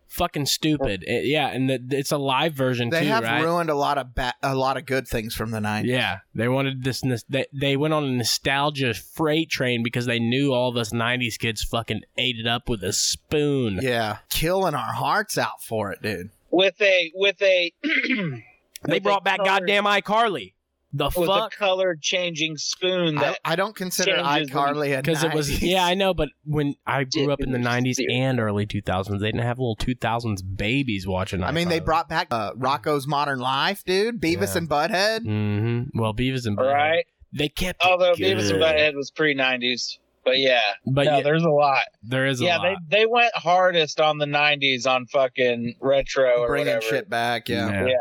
Speaker 1: Fucking stupid. It- yeah, and the, it's a live version
Speaker 3: They
Speaker 1: too,
Speaker 3: have
Speaker 1: right?
Speaker 3: ruined a lot of ba- a lot of good things from the '90s.
Speaker 1: yeah, they wanted this. nos- They, they went on a nostalgia freight train because they knew all of us '90s kids fucking ate it up with a spoon.
Speaker 3: yeah, killing our hearts out for it, dude.
Speaker 2: With a with a *clears throat*
Speaker 1: they
Speaker 2: with
Speaker 1: brought
Speaker 2: a
Speaker 1: back
Speaker 2: colored-
Speaker 1: goddamn iCarly. The
Speaker 3: Oh,
Speaker 2: with
Speaker 1: fuck?
Speaker 2: a color changing spoon
Speaker 3: I,
Speaker 2: that
Speaker 3: I don't consider
Speaker 2: changes
Speaker 3: iCarly a
Speaker 1: Because it was
Speaker 3: 90s.
Speaker 1: yeah, I know, but when I grew up in the
Speaker 2: Ridiculous
Speaker 1: '90s
Speaker 2: theory.
Speaker 1: and early 2000s, they didn't have little 2000s babies watching.
Speaker 3: *laughs* I mean, they brought back uh, Rocco's Modern Life, dude. Beavis
Speaker 1: Yeah.
Speaker 3: and Butthead.
Speaker 1: Mm-hmm. Well, Beavis and Butthead.
Speaker 2: right.
Speaker 1: They kept. it
Speaker 2: Although Beavis and
Speaker 1: good.
Speaker 2: Butthead was pre-'90s, but yeah,
Speaker 1: But
Speaker 2: no,
Speaker 1: yeah,
Speaker 2: there's a lot.
Speaker 1: there is a
Speaker 2: yeah,
Speaker 1: lot.
Speaker 2: they they went hardest on the '90s on fucking retro or
Speaker 3: Bringing
Speaker 2: whatever.
Speaker 3: shit back, yeah.
Speaker 1: Uh,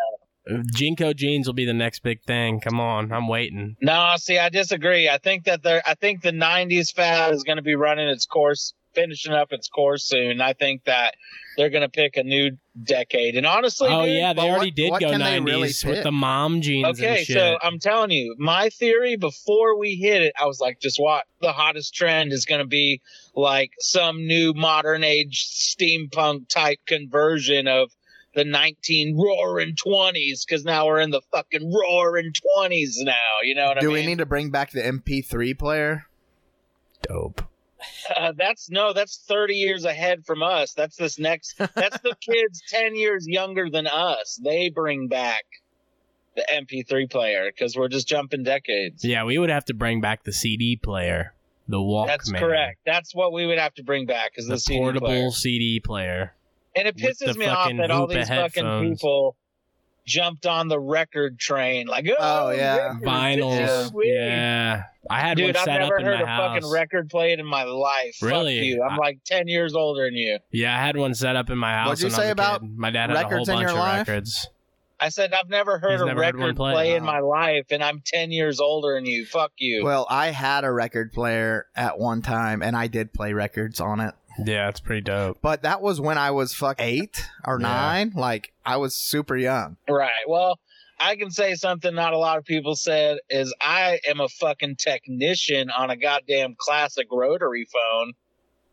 Speaker 1: Jinko jeans will be the next big thing. Come on, I'm waiting.
Speaker 2: No, see, I disagree. I think that they're. I think the '90s fad is going to be running its course, finishing up its course soon. I think that they're going to pick a new decade. And honestly,
Speaker 1: oh
Speaker 2: dude,
Speaker 1: yeah, they
Speaker 3: but what-
Speaker 1: already did
Speaker 3: what
Speaker 1: go
Speaker 3: can they
Speaker 1: 90s
Speaker 3: really
Speaker 1: with
Speaker 3: pick?
Speaker 1: the mom jeans
Speaker 2: Okay,
Speaker 1: and shit.
Speaker 2: so I'm telling you, my theory before we hit it, I was like, just what the hottest trend is going to be like some new modern age steampunk type conversion of the 19 roaring 20s because now we're in the fucking roaring 20s now. You know what
Speaker 3: Do
Speaker 2: I
Speaker 3: we
Speaker 2: mean?
Speaker 3: need to bring back the MP3 player?
Speaker 1: Dope.
Speaker 2: Uh, that's no, that's 30 years ahead from us. That's this next, that's
Speaker 3: *laughs*
Speaker 2: the kids 10 years younger than us. They bring back the MP3 player because we're just jumping decades.
Speaker 1: Yeah, we would have to bring back the CD player, the Walkman.
Speaker 2: that's correct. That's what we would have to bring back is
Speaker 1: The,
Speaker 2: the, CD
Speaker 1: portable
Speaker 2: player.
Speaker 1: CD player.
Speaker 2: And it
Speaker 1: with
Speaker 2: pisses
Speaker 1: the
Speaker 2: me off
Speaker 1: fucking
Speaker 2: that all
Speaker 1: hoop of
Speaker 2: these fucking
Speaker 1: headphones.
Speaker 2: people jumped on the record train. Like, oh,
Speaker 3: Oh, yeah.
Speaker 2: records, this is
Speaker 1: Vinyls.
Speaker 2: sweet.
Speaker 1: Yeah. I had
Speaker 2: Dude,
Speaker 1: one
Speaker 2: I've
Speaker 1: set
Speaker 2: never
Speaker 1: up in
Speaker 2: heard
Speaker 1: my
Speaker 2: a
Speaker 1: house.
Speaker 2: fucking record played in my life.
Speaker 1: Really?
Speaker 2: Fuck you. I'm
Speaker 1: I-
Speaker 2: like 10 years older than you.
Speaker 1: Yeah, I had one set up in my house.
Speaker 3: What'd you
Speaker 1: when I was
Speaker 3: say
Speaker 1: a
Speaker 3: about
Speaker 1: kid. my dad had a whole
Speaker 3: records in
Speaker 1: bunch
Speaker 3: your
Speaker 1: of
Speaker 3: life?
Speaker 1: records?
Speaker 2: I said I've never heard
Speaker 1: He's
Speaker 2: a
Speaker 1: never heard
Speaker 2: record
Speaker 1: one played.
Speaker 2: play in
Speaker 3: Oh.
Speaker 2: my life, and I'm ten years older than you. Fuck you.
Speaker 3: Well, I had a record player at one time, and I did play records on it.
Speaker 1: Yeah, it's pretty dope.
Speaker 3: But that was when I was fuck eight or
Speaker 1: Yeah.
Speaker 3: nine. Like I was super young.
Speaker 2: right. Well, I can say something not a lot of people said is I am a fucking technician on a goddamn classic rotary phone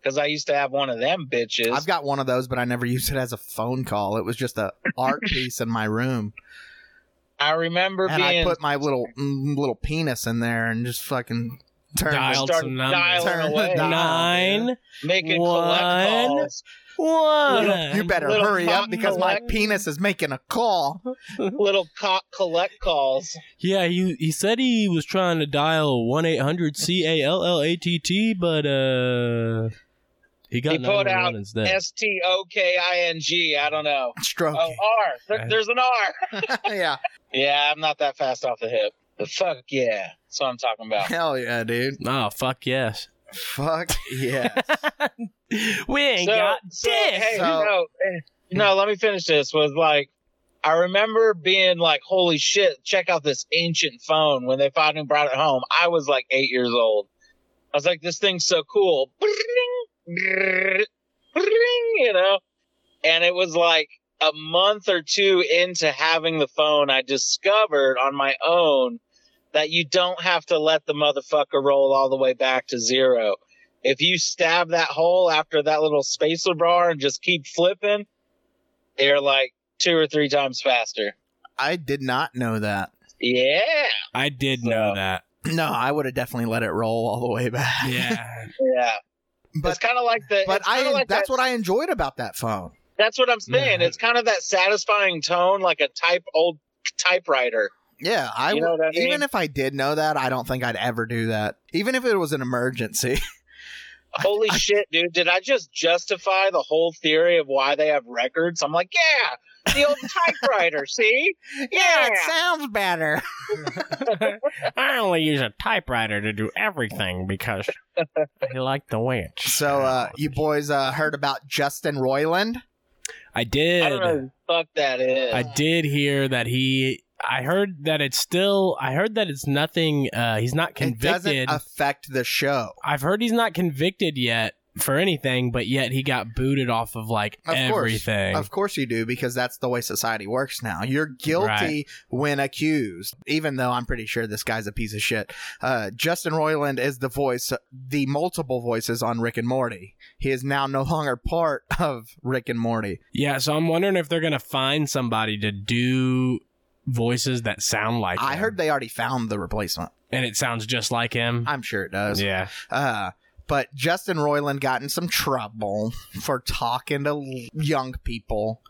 Speaker 2: because I used to have one of them bitches.
Speaker 3: I've got one of those, but I never *laughs* used it as a phone call. It was just a art piece in my room,
Speaker 2: I remember
Speaker 3: and I
Speaker 2: being
Speaker 3: put my little mm, little penis in there and just fucking turned.
Speaker 1: Dial.
Speaker 3: the-
Speaker 1: Dialed
Speaker 2: started
Speaker 1: some numbers.
Speaker 2: dialing
Speaker 3: Turn
Speaker 2: away,
Speaker 3: the dial.
Speaker 1: Nine,
Speaker 2: making
Speaker 1: One.
Speaker 2: collect
Speaker 1: *laughs*
Speaker 2: calls.
Speaker 1: one.
Speaker 3: *laughs* You better
Speaker 2: Little
Speaker 3: hurry up
Speaker 2: cotton
Speaker 3: because my
Speaker 2: collect-
Speaker 3: penis is making a
Speaker 2: *laughs*
Speaker 3: call.
Speaker 2: Little cock collect calls.
Speaker 1: Yeah, he he said he was trying to dial one eight hundred C A L L A T T, but uh, he got
Speaker 2: He put
Speaker 1: 911
Speaker 2: out
Speaker 1: instead.
Speaker 2: S T O K I N G. I don't know.
Speaker 3: Stroke.
Speaker 2: Oh, R. There- there's an R. *laughs*
Speaker 3: yeah.
Speaker 2: Yeah, I'm not that fast off the hip. But fuck yeah. That's what I'm talking about.
Speaker 3: Hell yeah, dude.
Speaker 1: oh fuck yes!
Speaker 3: Fuck
Speaker 2: *laughs*
Speaker 3: yeah.
Speaker 1: we ain't
Speaker 2: so,
Speaker 1: got
Speaker 2: so,
Speaker 1: dick.
Speaker 2: hey,
Speaker 3: So-
Speaker 2: no, eh, no, let me finish this. Was like, I remember being like, holy shit, check out this ancient phone when they finally brought it home. I was like eight years old. I was like, this thing's so cool. You know? And it was like a month or two into having the phone, I discovered on my own that you don't have to let the motherfucker roll all the way back to zero. If you stab that hole after that little spacer bar and just keep flipping, they're like two or three times faster.
Speaker 3: I did not know that.
Speaker 2: Yeah.
Speaker 1: I did
Speaker 2: So-
Speaker 1: know that.
Speaker 3: No, I would have definitely let it roll all the way
Speaker 2: *laughs*
Speaker 3: back.
Speaker 1: Yeah.
Speaker 2: Yeah.
Speaker 3: but
Speaker 2: it's kind of like the.
Speaker 3: but
Speaker 2: it's
Speaker 3: I
Speaker 2: kinda like
Speaker 3: that's
Speaker 2: that-
Speaker 3: what I enjoyed about that phone.
Speaker 2: that's what I'm saying.
Speaker 1: Yeah.
Speaker 2: It's kind of that satisfying tone, like a type old typewriter.
Speaker 3: Yeah, I,
Speaker 2: You know
Speaker 3: would-
Speaker 2: what I mean?
Speaker 3: even if I did know that, I don't think I'd ever do that. Even if it was an emergency.
Speaker 2: Holy shit, dude! Did I just justify the whole theory of why they have records? I'm like, yeah, the
Speaker 3: *laughs*
Speaker 2: old typewriter. See?
Speaker 3: yeah, it sounds better.
Speaker 1: I only use a typewriter to do
Speaker 2: *laughs*
Speaker 1: everything because I like the way it.
Speaker 3: *laughs* So uh
Speaker 1: sounds.
Speaker 3: you boys uh heard about Justin Roiland?
Speaker 1: I did.
Speaker 2: I don't know who the fuck that is.
Speaker 1: I did hear that he. I heard that it's still. I heard that it's nothing. Uh, he's not
Speaker 3: It doesn't
Speaker 1: convicted.
Speaker 3: affect the show.
Speaker 1: I've heard he's not convicted yet for anything, but yet he got booted off of like
Speaker 3: Of course.
Speaker 1: everything.
Speaker 3: Of course you do, because that's the way society works now. You're guilty
Speaker 1: Right.
Speaker 3: when accused, even though I'm pretty sure this guy's a piece of shit. Uh, Justin Roiland is the voice, the multiple voices on Rick and Morty. He is now no longer part of Rick and Morty.
Speaker 1: Yeah, so I'm wondering if they're gonna find somebody to do voices that sound like.
Speaker 3: I
Speaker 1: him.
Speaker 3: heard they already found the replacement.
Speaker 1: and it sounds just like him.
Speaker 3: I'm sure it does.
Speaker 1: yeah,
Speaker 3: Uh, but Justin Roiland got in some trouble for talking to l- young people.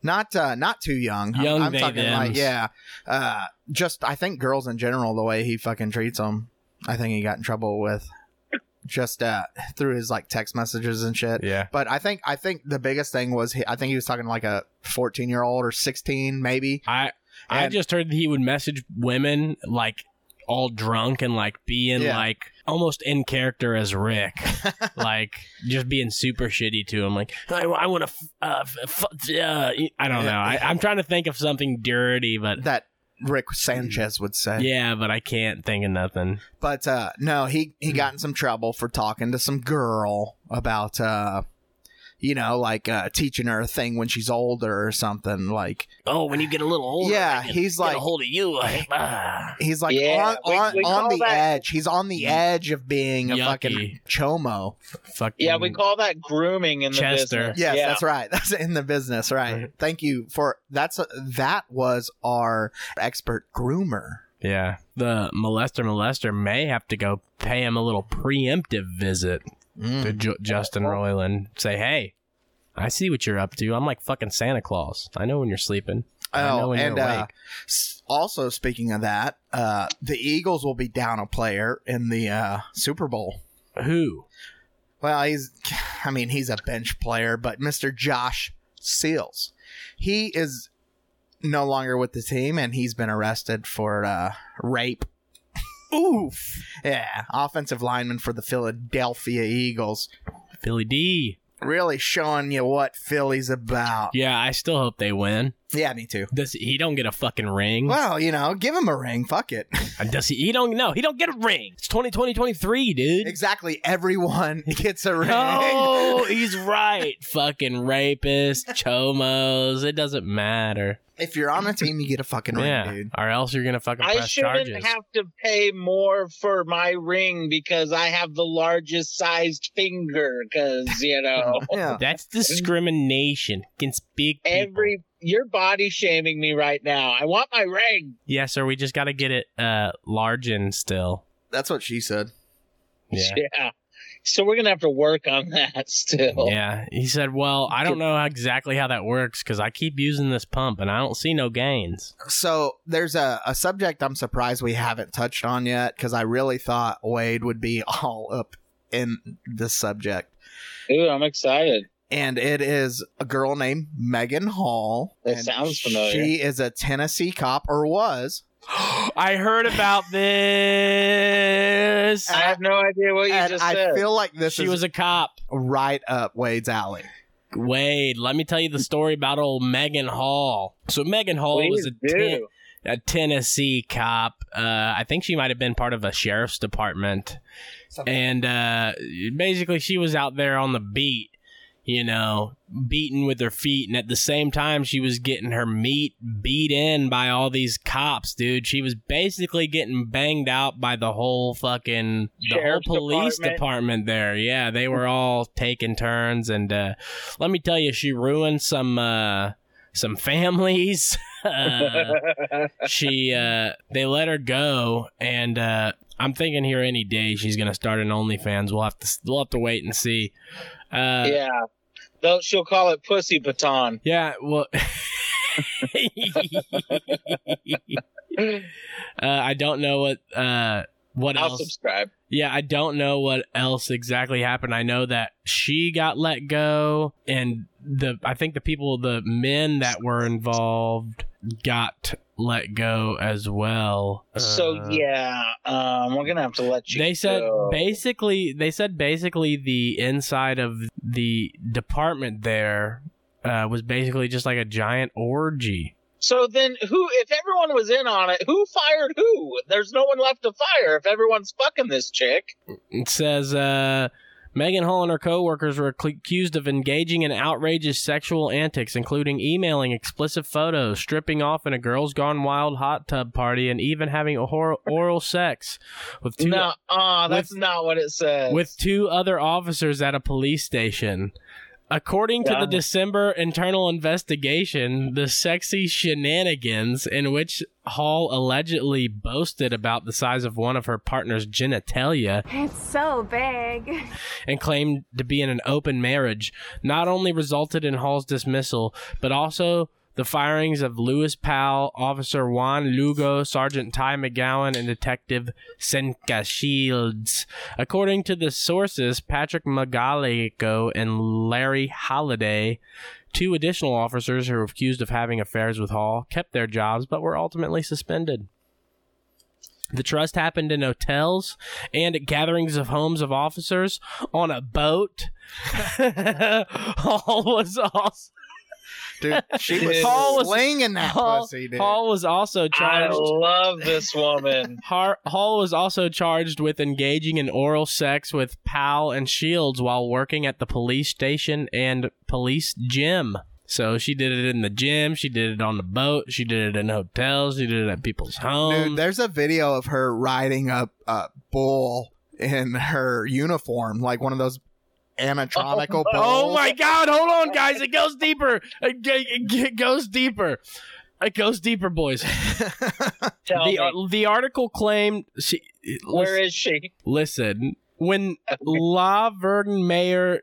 Speaker 3: Not uh, not too young. I'm-
Speaker 1: Young
Speaker 3: I'm,
Speaker 1: they
Speaker 3: talking like
Speaker 1: thems.
Speaker 3: yeah. Uh, just I think girls in general the way he fucking treats them. I think he got in trouble with just uh, through his like text messages and shit.
Speaker 1: yeah.
Speaker 3: But I think I think the biggest thing was he, I think he was talking to, like a 14 year old or 16 maybe.
Speaker 1: I I
Speaker 3: And-
Speaker 1: just heard that he would message women like all drunk and like being
Speaker 3: Yeah.
Speaker 1: like almost in character as
Speaker 3: *laughs*
Speaker 1: Rick, like just being super shitty to him. Like I, I want to, uh, f- f- uh, I don't know. I, I'm trying to think of something dirty, but
Speaker 3: That Rick Sanchez would say.
Speaker 1: yeah, but I can't think of nothing.
Speaker 3: But uh no, he he got in some trouble for talking to some girl about uh you know, like uh teaching her a thing when she's older or something. Like
Speaker 1: Oh, when you get a little older,
Speaker 3: Yeah,
Speaker 1: I can
Speaker 3: he's
Speaker 1: get
Speaker 3: like-
Speaker 1: a hold of you.
Speaker 3: *laughs*
Speaker 1: I, ah.
Speaker 3: he's like
Speaker 2: Yeah,
Speaker 3: on
Speaker 2: we-
Speaker 3: on,
Speaker 2: we
Speaker 3: on
Speaker 2: call
Speaker 3: the
Speaker 2: that-
Speaker 3: edge. He's on the edge of being a
Speaker 1: Yucky.
Speaker 3: fucking chomo.
Speaker 1: Fucking
Speaker 2: yeah, we call that grooming in the
Speaker 1: Chester.
Speaker 2: business.
Speaker 3: Yes,
Speaker 2: yeah.
Speaker 3: that's right. *laughs* That's in the business, right?
Speaker 1: Right.
Speaker 3: Thank you for that's that was our expert groomer.
Speaker 1: Yeah. The molester molester may have to go pay him a little preemptive visit
Speaker 3: Mm.
Speaker 1: to Ju- Justin Roiland. Say, hey, I see what you're up to. I'm like fucking Santa Claus. I know when you're sleeping. I know
Speaker 3: Oh,
Speaker 1: when
Speaker 3: and
Speaker 1: you're
Speaker 3: uh,
Speaker 1: awake.
Speaker 3: s- also speaking of that, uh, the Eagles will be down a player in the uh, Super Bowl.
Speaker 1: Who?
Speaker 3: Well, he's, I mean, he's a bench player, but Mr. Josh Seals, he is no longer with the team, and he's been arrested for uh, rape. Oof! Yeah, offensive lineman for the Philadelphia Eagles,
Speaker 1: Philly D.
Speaker 3: really showing you what Philly's about.
Speaker 1: Yeah, I still hope they win.
Speaker 3: Yeah, me too.
Speaker 1: Does he don't get a fucking ring? Uh,
Speaker 3: Well, you know, give him a ring. Fuck it. *laughs*
Speaker 1: Does he? He don't. No, he don't get a ring. It's 2020, 23, dude.
Speaker 3: *laughs* Exactly. Everyone *laughs* gets a
Speaker 2: *laughs*
Speaker 3: ring.
Speaker 1: No, Oh, he's right. fucking rapist, chomos. It doesn't matter.
Speaker 3: *laughs* If you're on a team, you get a fucking ring,
Speaker 1: yeah,
Speaker 3: dude.
Speaker 1: or else you're gonna fucking
Speaker 2: I
Speaker 1: press
Speaker 2: shouldn't
Speaker 1: charges.
Speaker 2: have to pay more for my ring because I have the largest sized finger. Because you
Speaker 1: *laughs*
Speaker 2: know,
Speaker 3: Yeah.
Speaker 1: That's discrimination. Can speak people.
Speaker 2: every you're body shaming me right now. I want my ring.
Speaker 1: Yeah, sir. We just got to get it uh large and still.
Speaker 3: That's what she said.
Speaker 1: Yeah.
Speaker 2: *laughs* yeah. So we're gonna have to work on that still.
Speaker 1: Yeah. He said, "Well, I don't know exactly how that works cuz I keep using this pump and I don't see no gains."
Speaker 3: So there's a, a subject I'm surprised we haven't touched on yet because I really thought Wade would be *laughs* all up in this subject.
Speaker 2: Ooh, I'm excited.
Speaker 3: And it is a girl named Megan Hall.
Speaker 2: That
Speaker 3: and
Speaker 2: sounds familiar.
Speaker 3: She is a Tennessee cop or was.
Speaker 1: *gasps* I heard about this.
Speaker 2: I have no idea what you
Speaker 3: and
Speaker 2: just
Speaker 3: I
Speaker 2: said.
Speaker 3: feel like this
Speaker 1: she
Speaker 3: is
Speaker 1: was a cop.
Speaker 3: right up Wade's alley.
Speaker 1: Wade, let me tell you the story about old Megan Hall. So Megan Hall was
Speaker 2: Please
Speaker 1: a ten-
Speaker 2: do.
Speaker 1: a Tennessee cop. Uh, I think she might have been part of a sheriff's department. And uh, basically, she was out there on the beat, you know, beaten with her feet. And at the same time, she was getting her meat beat in by all these cops, dude. She was basically getting banged out by the whole fucking the
Speaker 2: Sheriff's
Speaker 1: whole police
Speaker 2: department.
Speaker 1: department. there. Yeah, they were all taking turns. And uh, let me tell you, she ruined some. Uh, some *laughs* families. Uh, she uh they let her go and uh I'm thinking here any day she's gonna start an OnlyFans. We'll have to we'll have to wait and see. Uh, yeah.
Speaker 2: yeah. Though she'll call it pussy baton.
Speaker 1: well. *laughs* uh, I don't know what uh what
Speaker 2: I'll
Speaker 1: else.
Speaker 2: subscribe.
Speaker 1: Yeah, I don't know what else exactly happened. I know that she got let go, and the I think the people, the men that were involved, got let go as well.
Speaker 2: so
Speaker 1: Uh,
Speaker 2: yeah, um, we're gonna have to let you.
Speaker 1: they said
Speaker 2: go.
Speaker 1: basically they said basically the inside of the department there uh, was basically just like a giant orgy.
Speaker 2: So then, who? If everyone was in on it, who fired who? There's no one left to fire if everyone's fucking this chick.
Speaker 1: It says uh, Megan Hall and her coworkers were accu- accused of engaging in outrageous sexual antics, including emailing explicit photos, stripping off in a girls' gone wild hot tub party, and even having a hor- oral sex with two
Speaker 2: No, uh, that's
Speaker 1: with-
Speaker 2: not what it says.
Speaker 1: with two other officers at a police station. According to
Speaker 2: Yeah.
Speaker 1: the December internal investigation, the sexy shenanigans in which Hall allegedly boasted about the size of one of her partner's genitalia
Speaker 5: It's so big.
Speaker 1: and claimed to be in an open marriage not only resulted in Hall's dismissal, but also the firings of Lewis Powell, Officer Juan Lugo, Sergeant Ty McGowan, and Detective Senka Shields. According to the sources, Patrick Magalico and Larry Holliday, two additional officers who were accused of having affairs with Hall, kept their jobs but were ultimately suspended. The trust happened in hotels and at gatherings of homes of officers on a boat. *laughs* Hall was also *laughs*
Speaker 3: dude. She was
Speaker 1: Paul was-
Speaker 3: slinging that
Speaker 1: Hall,
Speaker 3: pussy, dude.
Speaker 1: Hall was also
Speaker 2: I
Speaker 1: charged.
Speaker 2: love this
Speaker 1: *laughs*
Speaker 2: woman.
Speaker 1: Har- Hall was also charged with engaging in oral sex with Powell and Shields while working at the police station and police gym. So she did it in the gym, she did it on the boat, she did it in hotels, she did it at people's homes.
Speaker 3: Dude, there's a video of her riding a, a bull in her uniform, like one of those anatomical bulls.
Speaker 1: Oh my God! Hold on, guys. It goes deeper. It, g- g- it goes deeper. It goes deeper, boys.
Speaker 2: Tell
Speaker 1: the
Speaker 2: me,
Speaker 1: ar- the article claimed she.
Speaker 2: where is she?
Speaker 1: Listen, when Laverne Mayor,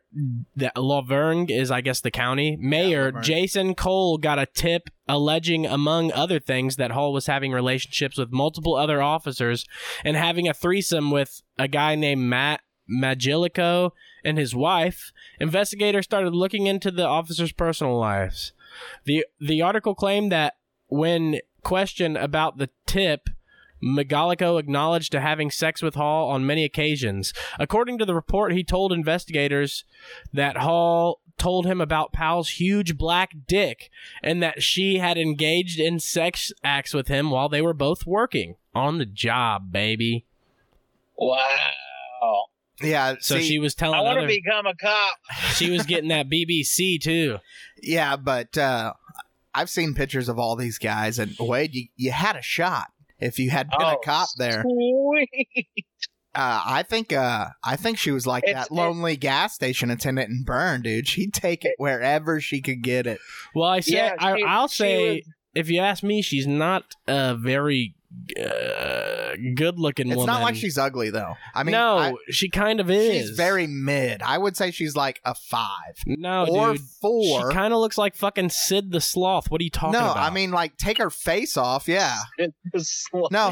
Speaker 1: the, Laverne is I guess the county mayor
Speaker 3: Laverne.
Speaker 1: Jason Cole got a tip alleging, among other things, that Hall was having relationships with multiple other officers and having a threesome with a guy named Matt Magilico and his wife. Investigators started looking into the officers' personal lives. the The article claimed that when questioned about the tip. Megalico acknowledged to having sex with Hall on many occasions. According to the report, he told investigators that Hall told him about Powell's huge black dick and that she had engaged in sex acts with him while they were both working on the job, baby. Oh,
Speaker 2: Wow.
Speaker 3: Yeah,
Speaker 1: So
Speaker 3: see-
Speaker 1: she was telling
Speaker 2: I want
Speaker 1: other
Speaker 2: to become a cop.
Speaker 1: *laughs* she was getting that BBC too.
Speaker 3: Yeah, but uh, I've seen pictures of all these guys, and Wade, you, you had a shot if you had been a
Speaker 2: Oh,
Speaker 3: cop there.
Speaker 2: Sweet.
Speaker 3: Uh, I think uh, I think she was like
Speaker 2: It's-
Speaker 3: that lonely gas station attendant in Burn, dude. She'd take it wherever she could get it.
Speaker 1: Well, I say
Speaker 2: Yeah,
Speaker 1: I,
Speaker 2: she-
Speaker 1: I'll
Speaker 2: she
Speaker 1: say
Speaker 2: was-
Speaker 1: if you ask me, she's not a very uh, good-looking
Speaker 3: It's
Speaker 1: woman.
Speaker 3: not like she's ugly though. I mean,
Speaker 1: no,
Speaker 3: I-
Speaker 1: she kind of is.
Speaker 3: she's very mid. I would say she's like a five
Speaker 1: no,
Speaker 3: or
Speaker 1: dude.
Speaker 3: four.
Speaker 1: She kind of looks like fucking Sid the Sloth. What are you
Speaker 3: no,
Speaker 1: talking about?
Speaker 3: I
Speaker 1: *laughs*
Speaker 3: mean like take her face off. Yeah, No,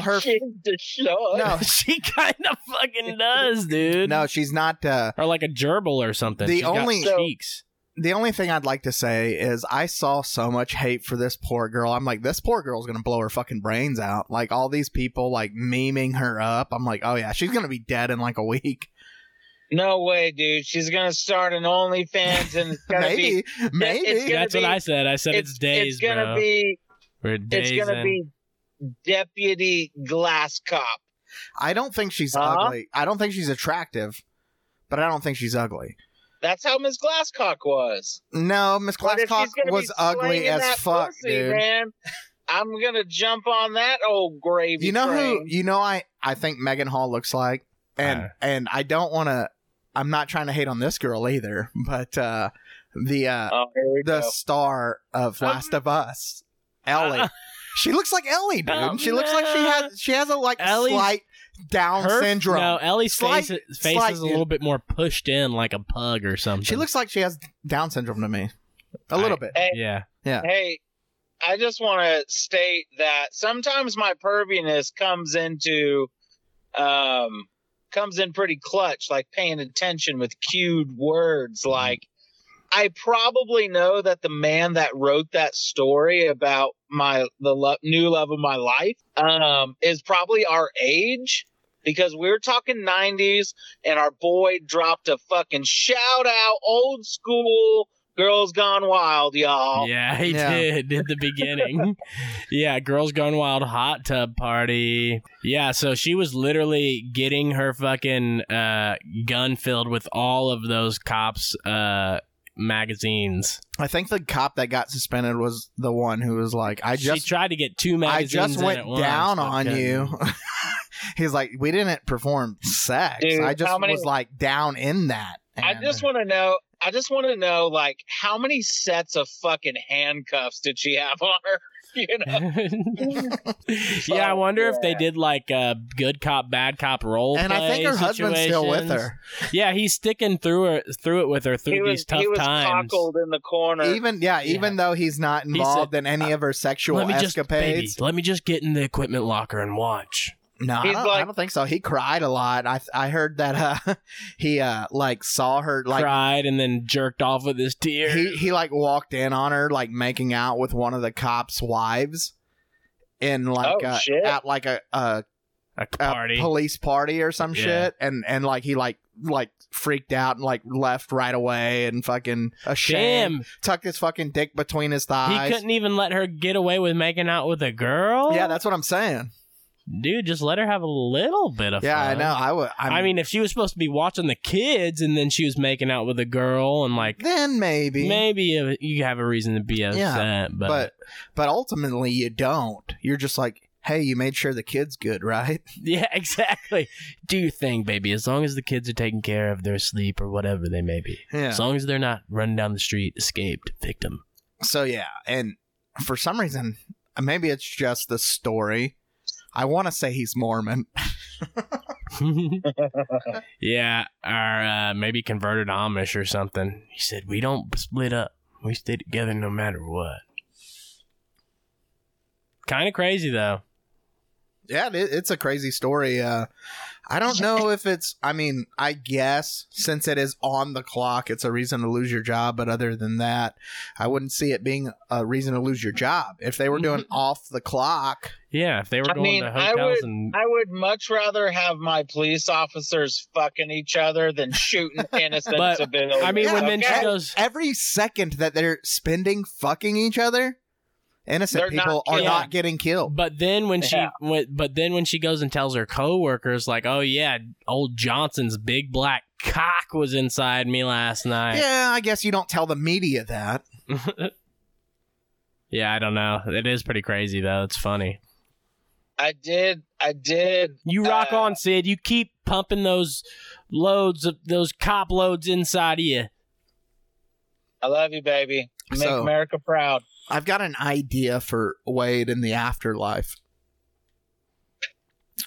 Speaker 2: *laughs*
Speaker 3: her-
Speaker 2: She's the short.
Speaker 3: no,
Speaker 1: she kind of fucking does, dude.
Speaker 3: no, she's not. Uh,
Speaker 1: or like a gerbil or something.
Speaker 3: The
Speaker 1: She's got
Speaker 3: only-
Speaker 1: cheeks.
Speaker 3: the only thing I'd like to say is I saw so much hate for this poor girl. I'm like, this poor girl's gonna blow her fucking brains out.
Speaker 2: *laughs*
Speaker 3: Like all these people like memeing her up. I'm like, oh yeah, she's gonna be dead in like a week.
Speaker 2: No way, dude. She's gonna start an OnlyFans and it's gonna be
Speaker 3: *laughs* Maybe, maybe.
Speaker 2: it's gonna
Speaker 1: That's
Speaker 2: be-
Speaker 1: what I said. I said it's, days,
Speaker 2: it's gonna
Speaker 1: bro.
Speaker 2: be
Speaker 1: We're days
Speaker 2: it's gonna
Speaker 1: in.
Speaker 2: be deputy glass cop.
Speaker 3: I don't think she's
Speaker 2: Huh?
Speaker 3: ugly. I don't think she's attractive, but I don't think she's ugly.
Speaker 2: That's how Miss Glasscock was.
Speaker 3: No, Miss
Speaker 2: But if
Speaker 3: Glasscock
Speaker 2: she's gonna be
Speaker 3: was ugly
Speaker 2: slinging
Speaker 3: as
Speaker 2: that
Speaker 3: fuck,
Speaker 2: pussy,
Speaker 3: dude.
Speaker 2: Man, I'm gonna jump on that old gravy.
Speaker 3: You know who?
Speaker 2: train.
Speaker 3: You know I. I think Megan Hall looks like, and
Speaker 1: Uh.
Speaker 3: and I don't want to. I'm not trying to hate on this girl either, but uh the uh
Speaker 2: Oh, here we
Speaker 3: the
Speaker 2: go. uh,
Speaker 3: star of
Speaker 1: Um,
Speaker 3: Last of Us, Ellie. she looks like Ellie, dude.
Speaker 2: Oh,
Speaker 1: Um,
Speaker 3: she looks like she has she has a like
Speaker 1: Ellie's-
Speaker 3: slight Down
Speaker 1: Her-
Speaker 3: syndrome.
Speaker 1: No, Ellie's
Speaker 3: Slight-
Speaker 1: face, face
Speaker 3: slight,
Speaker 1: is a little bit more pushed in like a pug or something.
Speaker 3: She looks like she has Down syndrome to me, a
Speaker 1: I-
Speaker 3: little bit.
Speaker 2: Hey,
Speaker 1: Yeah.
Speaker 2: hey, I just want to state that sometimes my perviness comes into, um, comes in pretty clutch, like paying attention with cued words. Like, I probably know that the man that wrote that story about my the lo- new love of my life um, is probably our age. Because we were talking 90s, and our boy dropped a fucking shout out, old school, girls gone wild, y'all.
Speaker 1: Yeah, he
Speaker 3: Yeah.
Speaker 1: did at the beginning.
Speaker 3: *laughs*
Speaker 1: yeah, Girls Gone Wild hot tub party. Yeah, so she was literally getting her fucking uh, gun filled with all of those cops' uh, magazines.
Speaker 3: I think the cop that got suspended was the one who was like, "I
Speaker 1: she
Speaker 3: just,
Speaker 1: tried to get two
Speaker 3: I
Speaker 1: magazines.
Speaker 3: just
Speaker 1: in
Speaker 3: went
Speaker 1: at once,
Speaker 3: down
Speaker 1: but
Speaker 3: on
Speaker 1: couldn't. *laughs*
Speaker 3: you." *laughs* He's like, "We didn't perform sex.
Speaker 2: Dude,
Speaker 3: I just
Speaker 2: how many-
Speaker 3: was like down in that."
Speaker 2: I
Speaker 3: And-
Speaker 2: just want to know. I just want to know, like, how many sets of fucking handcuffs did she have on her? *laughs* You know,
Speaker 1: yeah, I wonder if they did like a good cop, bad cop role.
Speaker 3: and I think
Speaker 1: play
Speaker 3: her husband's still with
Speaker 1: situations.
Speaker 3: her.
Speaker 1: Yeah, he's sticking through her, through it with her *laughs* through
Speaker 2: he was
Speaker 1: these tough
Speaker 2: he was
Speaker 1: times.
Speaker 2: cockled in the corner.
Speaker 3: Even yeah, even though he's not
Speaker 1: He said, "Uh,
Speaker 3: involved in any of her sexual
Speaker 1: let me
Speaker 3: escapades.
Speaker 1: Just, baby, let me just get in the equipment locker and watch.
Speaker 3: No, I
Speaker 2: He's
Speaker 3: don't, I
Speaker 2: like-
Speaker 3: don't think so. He cried a lot. I I heard that uh, *laughs* he uh like saw her like
Speaker 1: Cried and then jerked off with his tears.
Speaker 3: he he like walked in on her like making out with one of the cops' wives in like
Speaker 2: Oh,
Speaker 3: uh,
Speaker 2: shit.
Speaker 3: at like a a,
Speaker 1: a
Speaker 3: a
Speaker 1: party.
Speaker 3: police party or some
Speaker 1: Yeah.
Speaker 3: shit and and like he like like freaked out and like left right away and fucking ashamed
Speaker 1: Damn,
Speaker 3: tucked his fucking dick between his
Speaker 1: he
Speaker 3: thighs.
Speaker 1: couldn't even let her get away with making out with a girl.
Speaker 3: yeah, that's what I'm saying.
Speaker 1: dude, just let her have a little bit of.
Speaker 3: Yeah, I
Speaker 1: fun.
Speaker 3: know. I would. I'm,
Speaker 1: I mean, if she was supposed to be watching the kids and then she was making out with a girl and like
Speaker 3: then maybe,
Speaker 1: maybe you- you have a reason to be upset, but,
Speaker 3: but but ultimately you don't. You're just like, hey, you made sure the kid's good, right?
Speaker 1: *laughs*
Speaker 3: *laughs*
Speaker 1: yeah, exactly. Do your thing, baby. As long as the kids are taken care of, they're asleep or whatever they may be.
Speaker 3: Yeah.
Speaker 1: As long as they're not running down the street, escaped victim.
Speaker 3: So yeah, and for some reason, maybe it's just the story. I want to say he's Mormon.
Speaker 1: *laughs*
Speaker 2: *laughs*
Speaker 1: yeah, or uh, maybe converted Amish or something. He said, "We don't split up. We stay together no matter what." Kind of crazy though.
Speaker 3: Yeah, it, it's a crazy story. Uh, I don't know if it's. I mean, I guess since it is on the clock, it's a reason to lose your job. But other than that, I wouldn't see it being a reason to lose your job. If they were doing off the clock,
Speaker 1: Yeah, if they were
Speaker 2: I
Speaker 1: going
Speaker 2: mean,
Speaker 1: to
Speaker 2: I
Speaker 1: hotels
Speaker 2: would-
Speaker 1: and
Speaker 2: I would much rather have my police officers fucking each other than
Speaker 1: *laughs*
Speaker 2: shooting innocent
Speaker 1: But,
Speaker 2: civilians.
Speaker 1: I mean,
Speaker 3: Yeah,
Speaker 1: when then she
Speaker 2: okay?
Speaker 1: goes,
Speaker 3: every second that they're spending fucking each other, innocent
Speaker 2: They're not
Speaker 3: people are
Speaker 2: killed.
Speaker 3: not getting killed.
Speaker 1: but then when
Speaker 2: Yeah.
Speaker 1: she, when, but then when she goes and tells her coworkers, like, "Oh yeah, old Johnson's big black cock was inside me last night."
Speaker 3: Yeah, I guess you don't tell the media that.
Speaker 1: *laughs* Yeah, I don't know. It is pretty crazy though. It's funny.
Speaker 2: I did, I did.
Speaker 1: You rock
Speaker 2: Uh,
Speaker 1: on, Sid. You keep pumping those loads of those cop loads inside of you.
Speaker 2: I love you, baby. Make
Speaker 3: So-
Speaker 2: America proud.
Speaker 3: I've got an idea for Wade in the afterlife.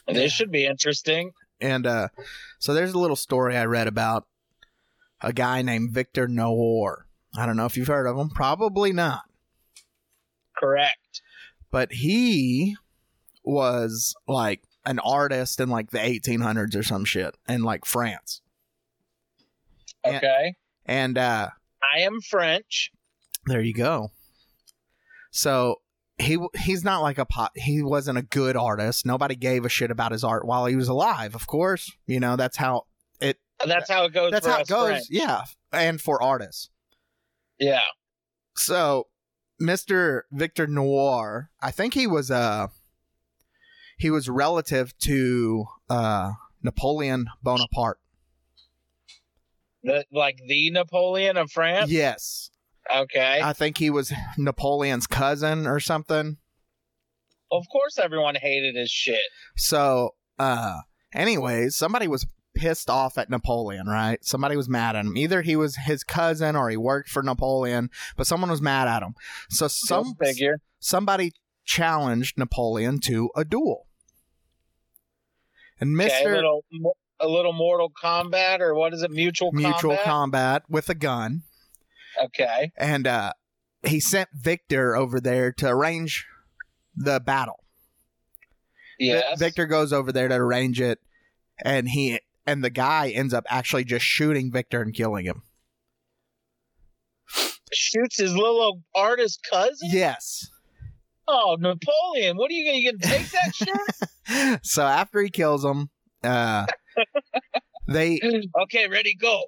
Speaker 2: This should be interesting.
Speaker 3: And uh, so there's a little story I read about a guy named Victor Noor. I don't know if you've heard of him, probably not.
Speaker 2: Correct.
Speaker 3: But he was like an artist in like the 1800s or some shit in like France. Yeah.
Speaker 2: Okay.
Speaker 3: And uh,
Speaker 2: I am French.
Speaker 3: There you go. So he w- he's not like a pot. He wasn't a good artist. Nobody gave a shit about his art while he was alive. Of course, you know that's how it
Speaker 2: That's how it goes.
Speaker 3: That's
Speaker 2: for
Speaker 3: how
Speaker 2: us
Speaker 3: it goes.
Speaker 2: friends.
Speaker 3: Yeah, and for artists.
Speaker 2: Yeah.
Speaker 3: So, Mr. Victor Noir, I think he was uh he was relative to uh Napoleon Bonaparte.
Speaker 2: The, like the Napoleon of France.
Speaker 3: Yes.
Speaker 2: Okay.
Speaker 3: I think he was Napoleon's cousin or something.
Speaker 2: of course, everyone hated his shit.
Speaker 3: So, uh, anyways, somebody was pissed off at Napoleon, right? Somebody was mad at him. Either he was his cousin or he worked for Napoleon, but someone was mad at him. So
Speaker 2: Go
Speaker 3: some
Speaker 2: figure.
Speaker 3: somebody challenged Napoleon to a duel. And
Speaker 2: Okay, a
Speaker 3: Mr.
Speaker 2: little, mo- a little Mortal Kombat, or what is it? Mutual
Speaker 3: Mutual
Speaker 2: Combat?
Speaker 3: combat with a gun.
Speaker 2: okay.
Speaker 3: And uh, he sent Victor over there to arrange the battle. Vi-
Speaker 2: Yes.
Speaker 3: Victor goes over there to arrange it, and he and the guy ends up actually just shooting Victor and killing
Speaker 2: *laughs*
Speaker 3: him.
Speaker 2: shoots his little artist cousin.
Speaker 3: Yes.
Speaker 2: Oh, Napoleon! What are you gonna, you gonna take
Speaker 3: *laughs*
Speaker 2: that shit?
Speaker 3: So after he kills him, uh, they
Speaker 2: okay, ready, go.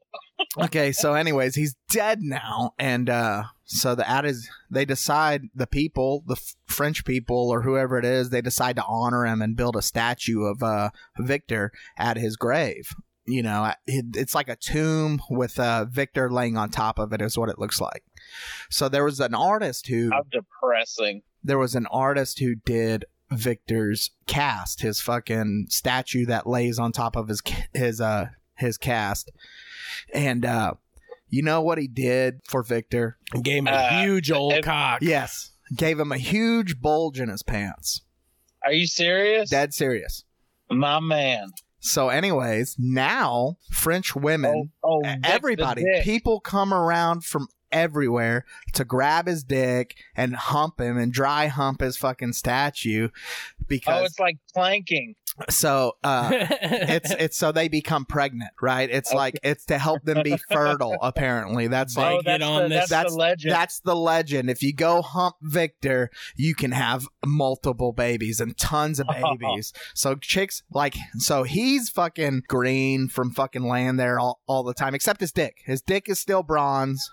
Speaker 3: okay. So anyways, he's dead now, and uh, so the at is they decide the people, the F- French people or whoever it is, they decide to honor him and build a statue of uh, Victor at his grave. You know, I- it- it's like a tomb with uh, Victor laying on top of it, is what it looks like. So there was an artist who
Speaker 2: How depressing.
Speaker 3: there was an artist who did Victor's cast, his fucking statue that lays on top of his his uh his cast, and uh, you know what he did for Victor?
Speaker 1: Gave him a
Speaker 2: Uh,
Speaker 1: huge old
Speaker 2: if-
Speaker 1: cock.
Speaker 3: Yes, gave him a huge bulge in his pants.
Speaker 2: Are you serious?
Speaker 3: Dead serious.
Speaker 2: My man.
Speaker 3: So, anyways, now French women, e-,
Speaker 2: oh, oh, Vic the
Speaker 3: everybody,
Speaker 2: Dick.
Speaker 3: people come around from everywhere to grab his dick and hump him and dry hump his fucking statue
Speaker 2: Oh,
Speaker 3: because
Speaker 2: it's like planking.
Speaker 3: so uh *laughs*
Speaker 1: *laughs*
Speaker 3: it's it's so they become pregnant, right? It's like it's to help them be fertile. Apparently, that's
Speaker 1: They
Speaker 3: like
Speaker 2: oh,
Speaker 1: get
Speaker 2: that's,
Speaker 1: on
Speaker 2: the,
Speaker 1: this-
Speaker 2: that's,
Speaker 3: that's-
Speaker 2: the legend.
Speaker 3: that's the legend. If you go hump Victor, you can have multiple babies and
Speaker 1: *laughs*
Speaker 3: tons of babies. so chicks like so he's fucking green from fucking laying there all, all the time, except his dick. His dick is still bronze,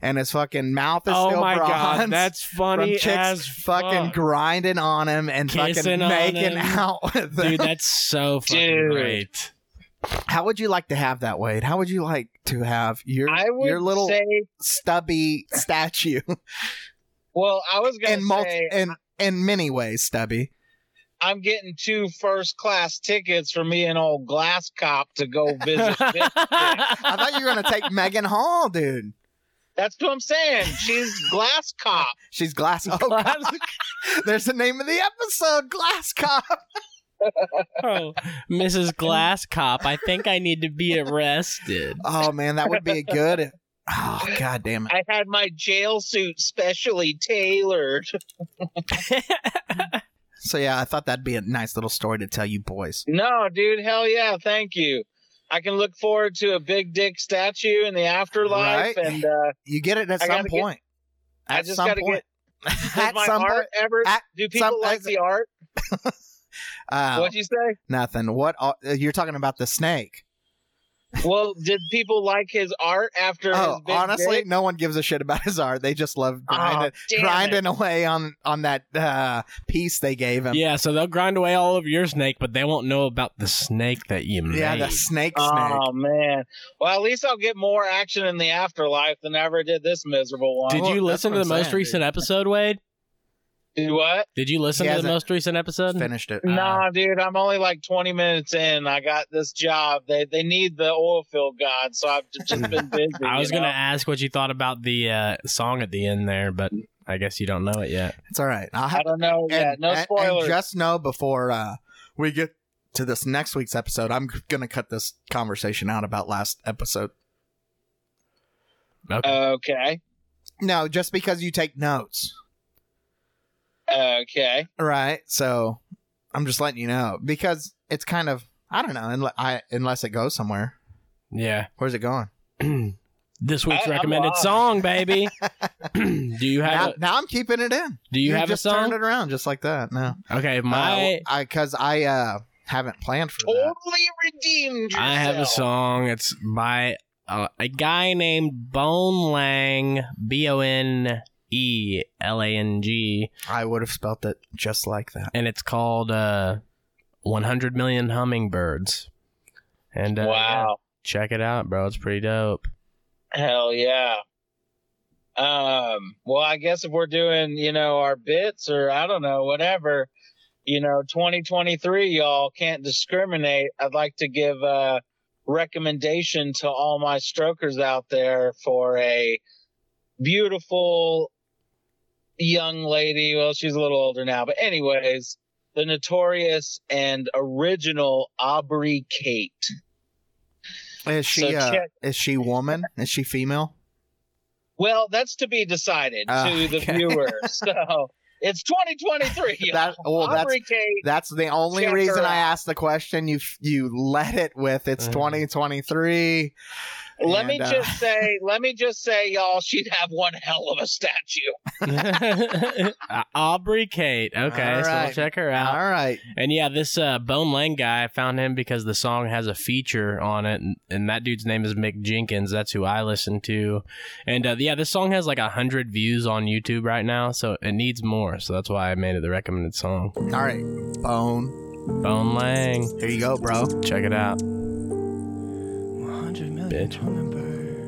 Speaker 3: and his fucking mouth is
Speaker 1: oh
Speaker 3: still
Speaker 1: my
Speaker 3: bronze. *laughs*
Speaker 1: god, that's
Speaker 3: from
Speaker 1: funny
Speaker 3: chicks
Speaker 1: as
Speaker 3: fucking
Speaker 1: fuck.
Speaker 3: grinding on him and
Speaker 1: Kissing
Speaker 3: fucking
Speaker 1: on
Speaker 3: making
Speaker 1: him.
Speaker 3: out *laughs* with him.
Speaker 1: Dude, that's so fucking
Speaker 2: Dude.
Speaker 1: great.
Speaker 3: How would you like to have that, Wade? How would you like to have your
Speaker 2: I would
Speaker 3: your little
Speaker 2: say. *laughs*
Speaker 3: stubby statue
Speaker 2: Well, I was gonna
Speaker 3: in multi
Speaker 2: say
Speaker 3: in in many ways stubby?
Speaker 2: I'm getting two first class tickets for me and old Glass Cop to go visit. Vic.
Speaker 3: I thought you were
Speaker 2: *laughs*
Speaker 3: gonna take Megan Hall, dude.
Speaker 2: That's what I'm saying. She's Glass Cop.
Speaker 3: She's glass.
Speaker 1: *laughs*
Speaker 3: Oh,
Speaker 1: Glass-
Speaker 3: there's the name of the episode, Glass Cop.
Speaker 1: Oh, Mrs. Glass Cop, I think I need to be arrested.
Speaker 3: Oh man, that would be
Speaker 2: *laughs*
Speaker 3: a good. Oh god damn it.
Speaker 2: I had my jail suit specially tailored.
Speaker 3: So yeah, I thought that'd be a nice little story to tell you boys.
Speaker 2: No, dude, hell yeah, thank you. I can look forward to a big dick statue in the afterlife,
Speaker 3: Right?
Speaker 2: and uh,
Speaker 3: *laughs* You get it at
Speaker 2: I
Speaker 3: some
Speaker 2: gotta get-
Speaker 3: point.
Speaker 2: I
Speaker 3: At
Speaker 2: just
Speaker 3: some
Speaker 2: gotta
Speaker 3: point. *laughs*
Speaker 2: does
Speaker 3: at
Speaker 2: my
Speaker 3: some
Speaker 2: art
Speaker 3: point.
Speaker 2: ever?
Speaker 3: at
Speaker 2: do people
Speaker 3: some-
Speaker 2: like
Speaker 3: at-
Speaker 2: the art?
Speaker 3: Uh,
Speaker 2: What'd you say?
Speaker 3: nothing. What uh, you're talking about the snake?
Speaker 2: Well, did people like his art after? his
Speaker 3: Oh,
Speaker 2: big
Speaker 3: honestly,
Speaker 2: dick?
Speaker 3: no one gives a shit about *laughs* his art. They just love grinding,
Speaker 2: Oh, damn it.
Speaker 3: grinding away on on that uh, piece they gave him.
Speaker 1: Yeah, so they'll grind away all over your snake, but they won't know about the snake that you made.
Speaker 3: Yeah, the snake snake.
Speaker 2: Oh man! Well, at least I'll get more action in the afterlife than I ever did this miserable one.
Speaker 1: Did
Speaker 3: Well,
Speaker 1: you
Speaker 3: Oh, that's
Speaker 1: listen
Speaker 3: what
Speaker 1: to the
Speaker 3: I'm
Speaker 1: most
Speaker 3: saying,
Speaker 1: recent episode, Wade?
Speaker 2: Dude, what?
Speaker 1: Did you Uh. listen
Speaker 3: He
Speaker 1: to the
Speaker 3: hasn't
Speaker 1: most recent episode?
Speaker 3: Finished it.
Speaker 2: nah, dude, I'm only like 20 minutes in. I got this job. They they need the oil field god, so I've just
Speaker 1: *laughs*
Speaker 2: been busy.
Speaker 1: I was
Speaker 2: you know?
Speaker 1: gonna ask what you thought about the uh, song at the end there, but I guess you don't know it yet.
Speaker 3: It's all right. I'll
Speaker 2: I
Speaker 3: have,
Speaker 2: don't know. *laughs* yeah,
Speaker 3: and,
Speaker 2: no
Speaker 3: and- and
Speaker 2: spoilers.
Speaker 3: just know before uh, we get to this next week's episode, I'm gonna cut this conversation out about last episode.
Speaker 1: Okay.
Speaker 2: Okay.
Speaker 3: No, just because you take notes,
Speaker 2: Okay.
Speaker 3: right? So I'm just letting you know because it's kind of I don't know. Unless, I, unless it goes somewhere,
Speaker 1: yeah.
Speaker 3: where's it going?
Speaker 1: This
Speaker 2: I-
Speaker 1: week's
Speaker 2: I'm
Speaker 1: recommended
Speaker 2: lost.
Speaker 1: song,
Speaker 2: *laughs*
Speaker 1: baby. *clears throat* do you have
Speaker 3: Now,
Speaker 1: a,
Speaker 3: now I'm keeping it in.
Speaker 1: do you, have a
Speaker 3: just
Speaker 1: song?
Speaker 3: turned it around just like that. No.
Speaker 1: Okay, my
Speaker 3: Uh, I because I uh haven't planned for that.
Speaker 2: Totally redeemed yourself.
Speaker 1: I have a song. It's by uh, a guy named Bone Lang, B O N E L A N G,
Speaker 3: I would have spelt it just like that.
Speaker 1: and it's called uh, 100 Million Hummingbirds. And uh, yeah,
Speaker 2: Wow.
Speaker 1: check it out, bro. It's pretty dope.
Speaker 2: Hell yeah. Um, well, I guess if we're doing, you know, our bits or I don't know, whatever, you know, 2023, y'all can't discriminate. I'd like to give a recommendation to all my strokers out there for a beautiful young lady. Well, she's a little older now, but anyways, the notorious and original Aubrey Kate.
Speaker 3: Is she
Speaker 2: So
Speaker 3: uh,
Speaker 2: check-
Speaker 3: is she woman? Is she female?
Speaker 2: Well, that's to be decided
Speaker 3: Oh,
Speaker 2: to the
Speaker 3: okay. *laughs*
Speaker 2: viewer. So it's 2023.
Speaker 3: That-
Speaker 2: y'all.
Speaker 3: well, *laughs* that's-
Speaker 2: Aubrey Kate.
Speaker 3: That's the only
Speaker 2: Check her
Speaker 3: reason I
Speaker 2: out.
Speaker 3: asked the question. You f- you let it with it's
Speaker 1: Mhm.
Speaker 3: 2023.
Speaker 2: Let me
Speaker 3: and, uh,
Speaker 2: just say, let me just say, y'all, she'd have one hell of a statue.
Speaker 1: *laughs* Uh, Aubrey Kate. Okay,
Speaker 3: All
Speaker 1: so we'll
Speaker 3: right.
Speaker 1: check her out.
Speaker 3: All right.
Speaker 1: And yeah, this uh, Bone Lang guy, I found him because the song has a feature on it, and, and that dude's name is Mick Jenkins. That's who I listen to. And uh, yeah, this song has like a hundred views on YouTube right now, so it needs more. So that's why I made it the recommended song.
Speaker 3: All right. Bone.
Speaker 1: Bone Lang,
Speaker 3: Here you go, bro.
Speaker 1: check it out.
Speaker 6: 100 million
Speaker 1: Bitch.
Speaker 6: hummingbirds.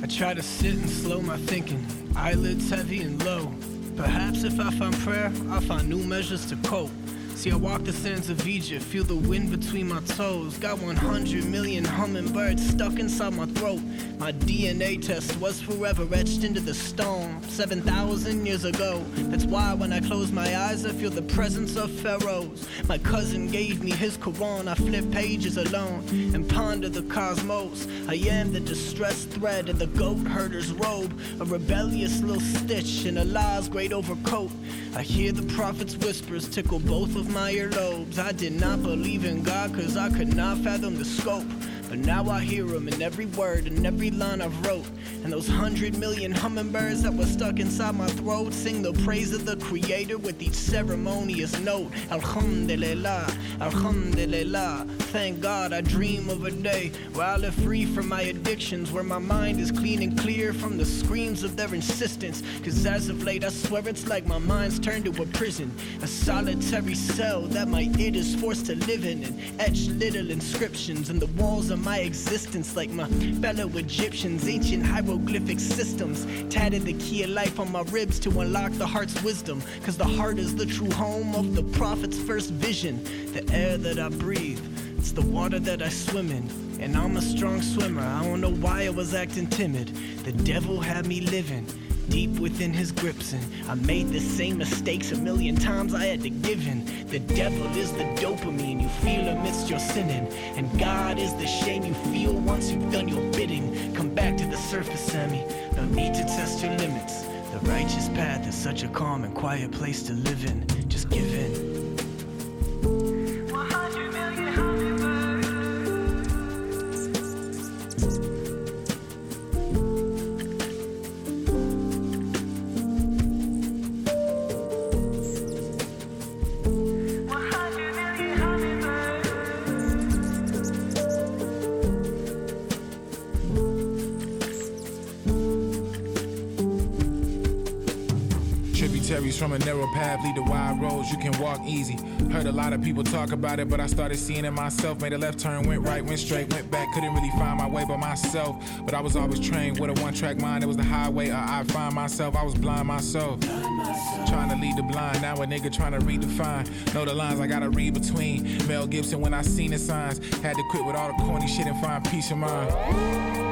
Speaker 6: I try to sit and slow my thinking, eyelids heavy and low. Perhaps if I find prayer, I'll find new measures to cope. See, I walk the sands of Egypt, feel the wind between my toes. Got 100 million hummingbirds stuck inside my throat. My DNA test was forever etched into the stone 7,000 years ago. That's why when I close my eyes, I feel the presence of pharaohs. My cousin gave me his Quran, I flip pages alone and ponder the cosmos. I am the distressed thread in the goat herder's robe, a rebellious little stitch in Allah's great overcoat. I hear the prophet's whispers tickle both of my earlobes. I did not believe in God because I could not fathom the scope. But now I hear him in every word and every line I've wrote. And those hundred million hummingbirds that were stuck inside my throat sing the praise of the Creator with each ceremonious note. Alhamdulillah, Alhamdulillah. Thank God I dream of a day where I live free from my addictions, where my mind is clean and clear from the screams of their insistence. Cause as of late, I swear it's like my mind's turned to a prison, a solitary cell that my id is forced to live in, and etched little inscriptions in the walls of my existence, like my fellow Egyptians, ancient hieroglyphic systems. Tatted the key of life on my ribs to unlock the heart's wisdom, cause the heart is the true home of the prophet's first vision, the air that I breathe. It's the water that I swim in, and I'm a strong swimmer. I don't know why I was acting timid. The devil had me living deep within his grips and I made the same mistakes a million times I had to give in. The devil is the dopamine you feel amidst your sinning, and God is the shame you feel once you've done your bidding. Come back to the surface, Sammy. No need to test your limits. The righteous path is such a calm and quiet place to live in. Just give in.
Speaker 5: 100 million hummingbirds.
Speaker 7: Tributaries from a narrow path lead to wide roads you can walk easy. Heard a lot of people talk about it, but I started seeing it myself. Made a left turn, went right, went straight, went back. Couldn't really find my way by myself, but I was always trained with a one track mind. It was the highway, or I find myself. I was blind myself. Trying to lead the blind, now a nigga trying to redefine. Know the lines I gotta read between. Mel Gibson when I seen the signs. Had to quit with all the corny shit and find peace of mind.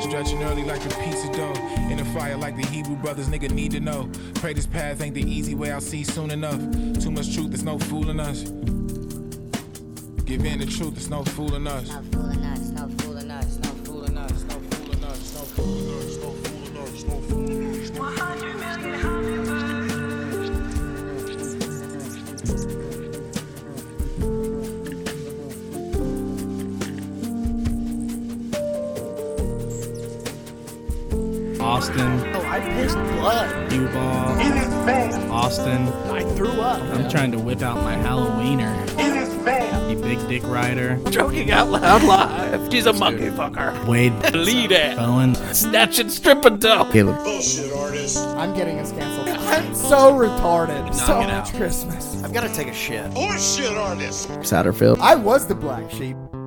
Speaker 7: Stretching early like a piece of dough. In the fire like the Hebrew brothers, nigga need to know. Pray this path ain't the easy way I'll see soon enough. Too much truth, there's no fooling us. Give in the truth, there's no fooling us.
Speaker 8: No fooling us, no fooling us, no fooling us, no fooling us, no fooling us, no fooling us, no fooling us.
Speaker 5: 100 million hummingbirds.
Speaker 1: Austin,
Speaker 9: Oh, I pissed blood.
Speaker 1: Cuba,
Speaker 10: It is bad.
Speaker 1: Austin.
Speaker 9: I threw up.
Speaker 1: I'm trying to whip out my Halloweener,
Speaker 10: It is bad.
Speaker 1: you big dick rider.
Speaker 9: Joking out loud live. She's a monkey fucker.
Speaker 1: Wade
Speaker 9: Bleed it.
Speaker 1: Bowen.
Speaker 9: Snatch and strip and dope.
Speaker 3: I'm getting us canceled. I'm so retarded. So
Speaker 11: it
Speaker 3: much Christmas.
Speaker 12: I've got to take a shit.
Speaker 3: I was the black sheep.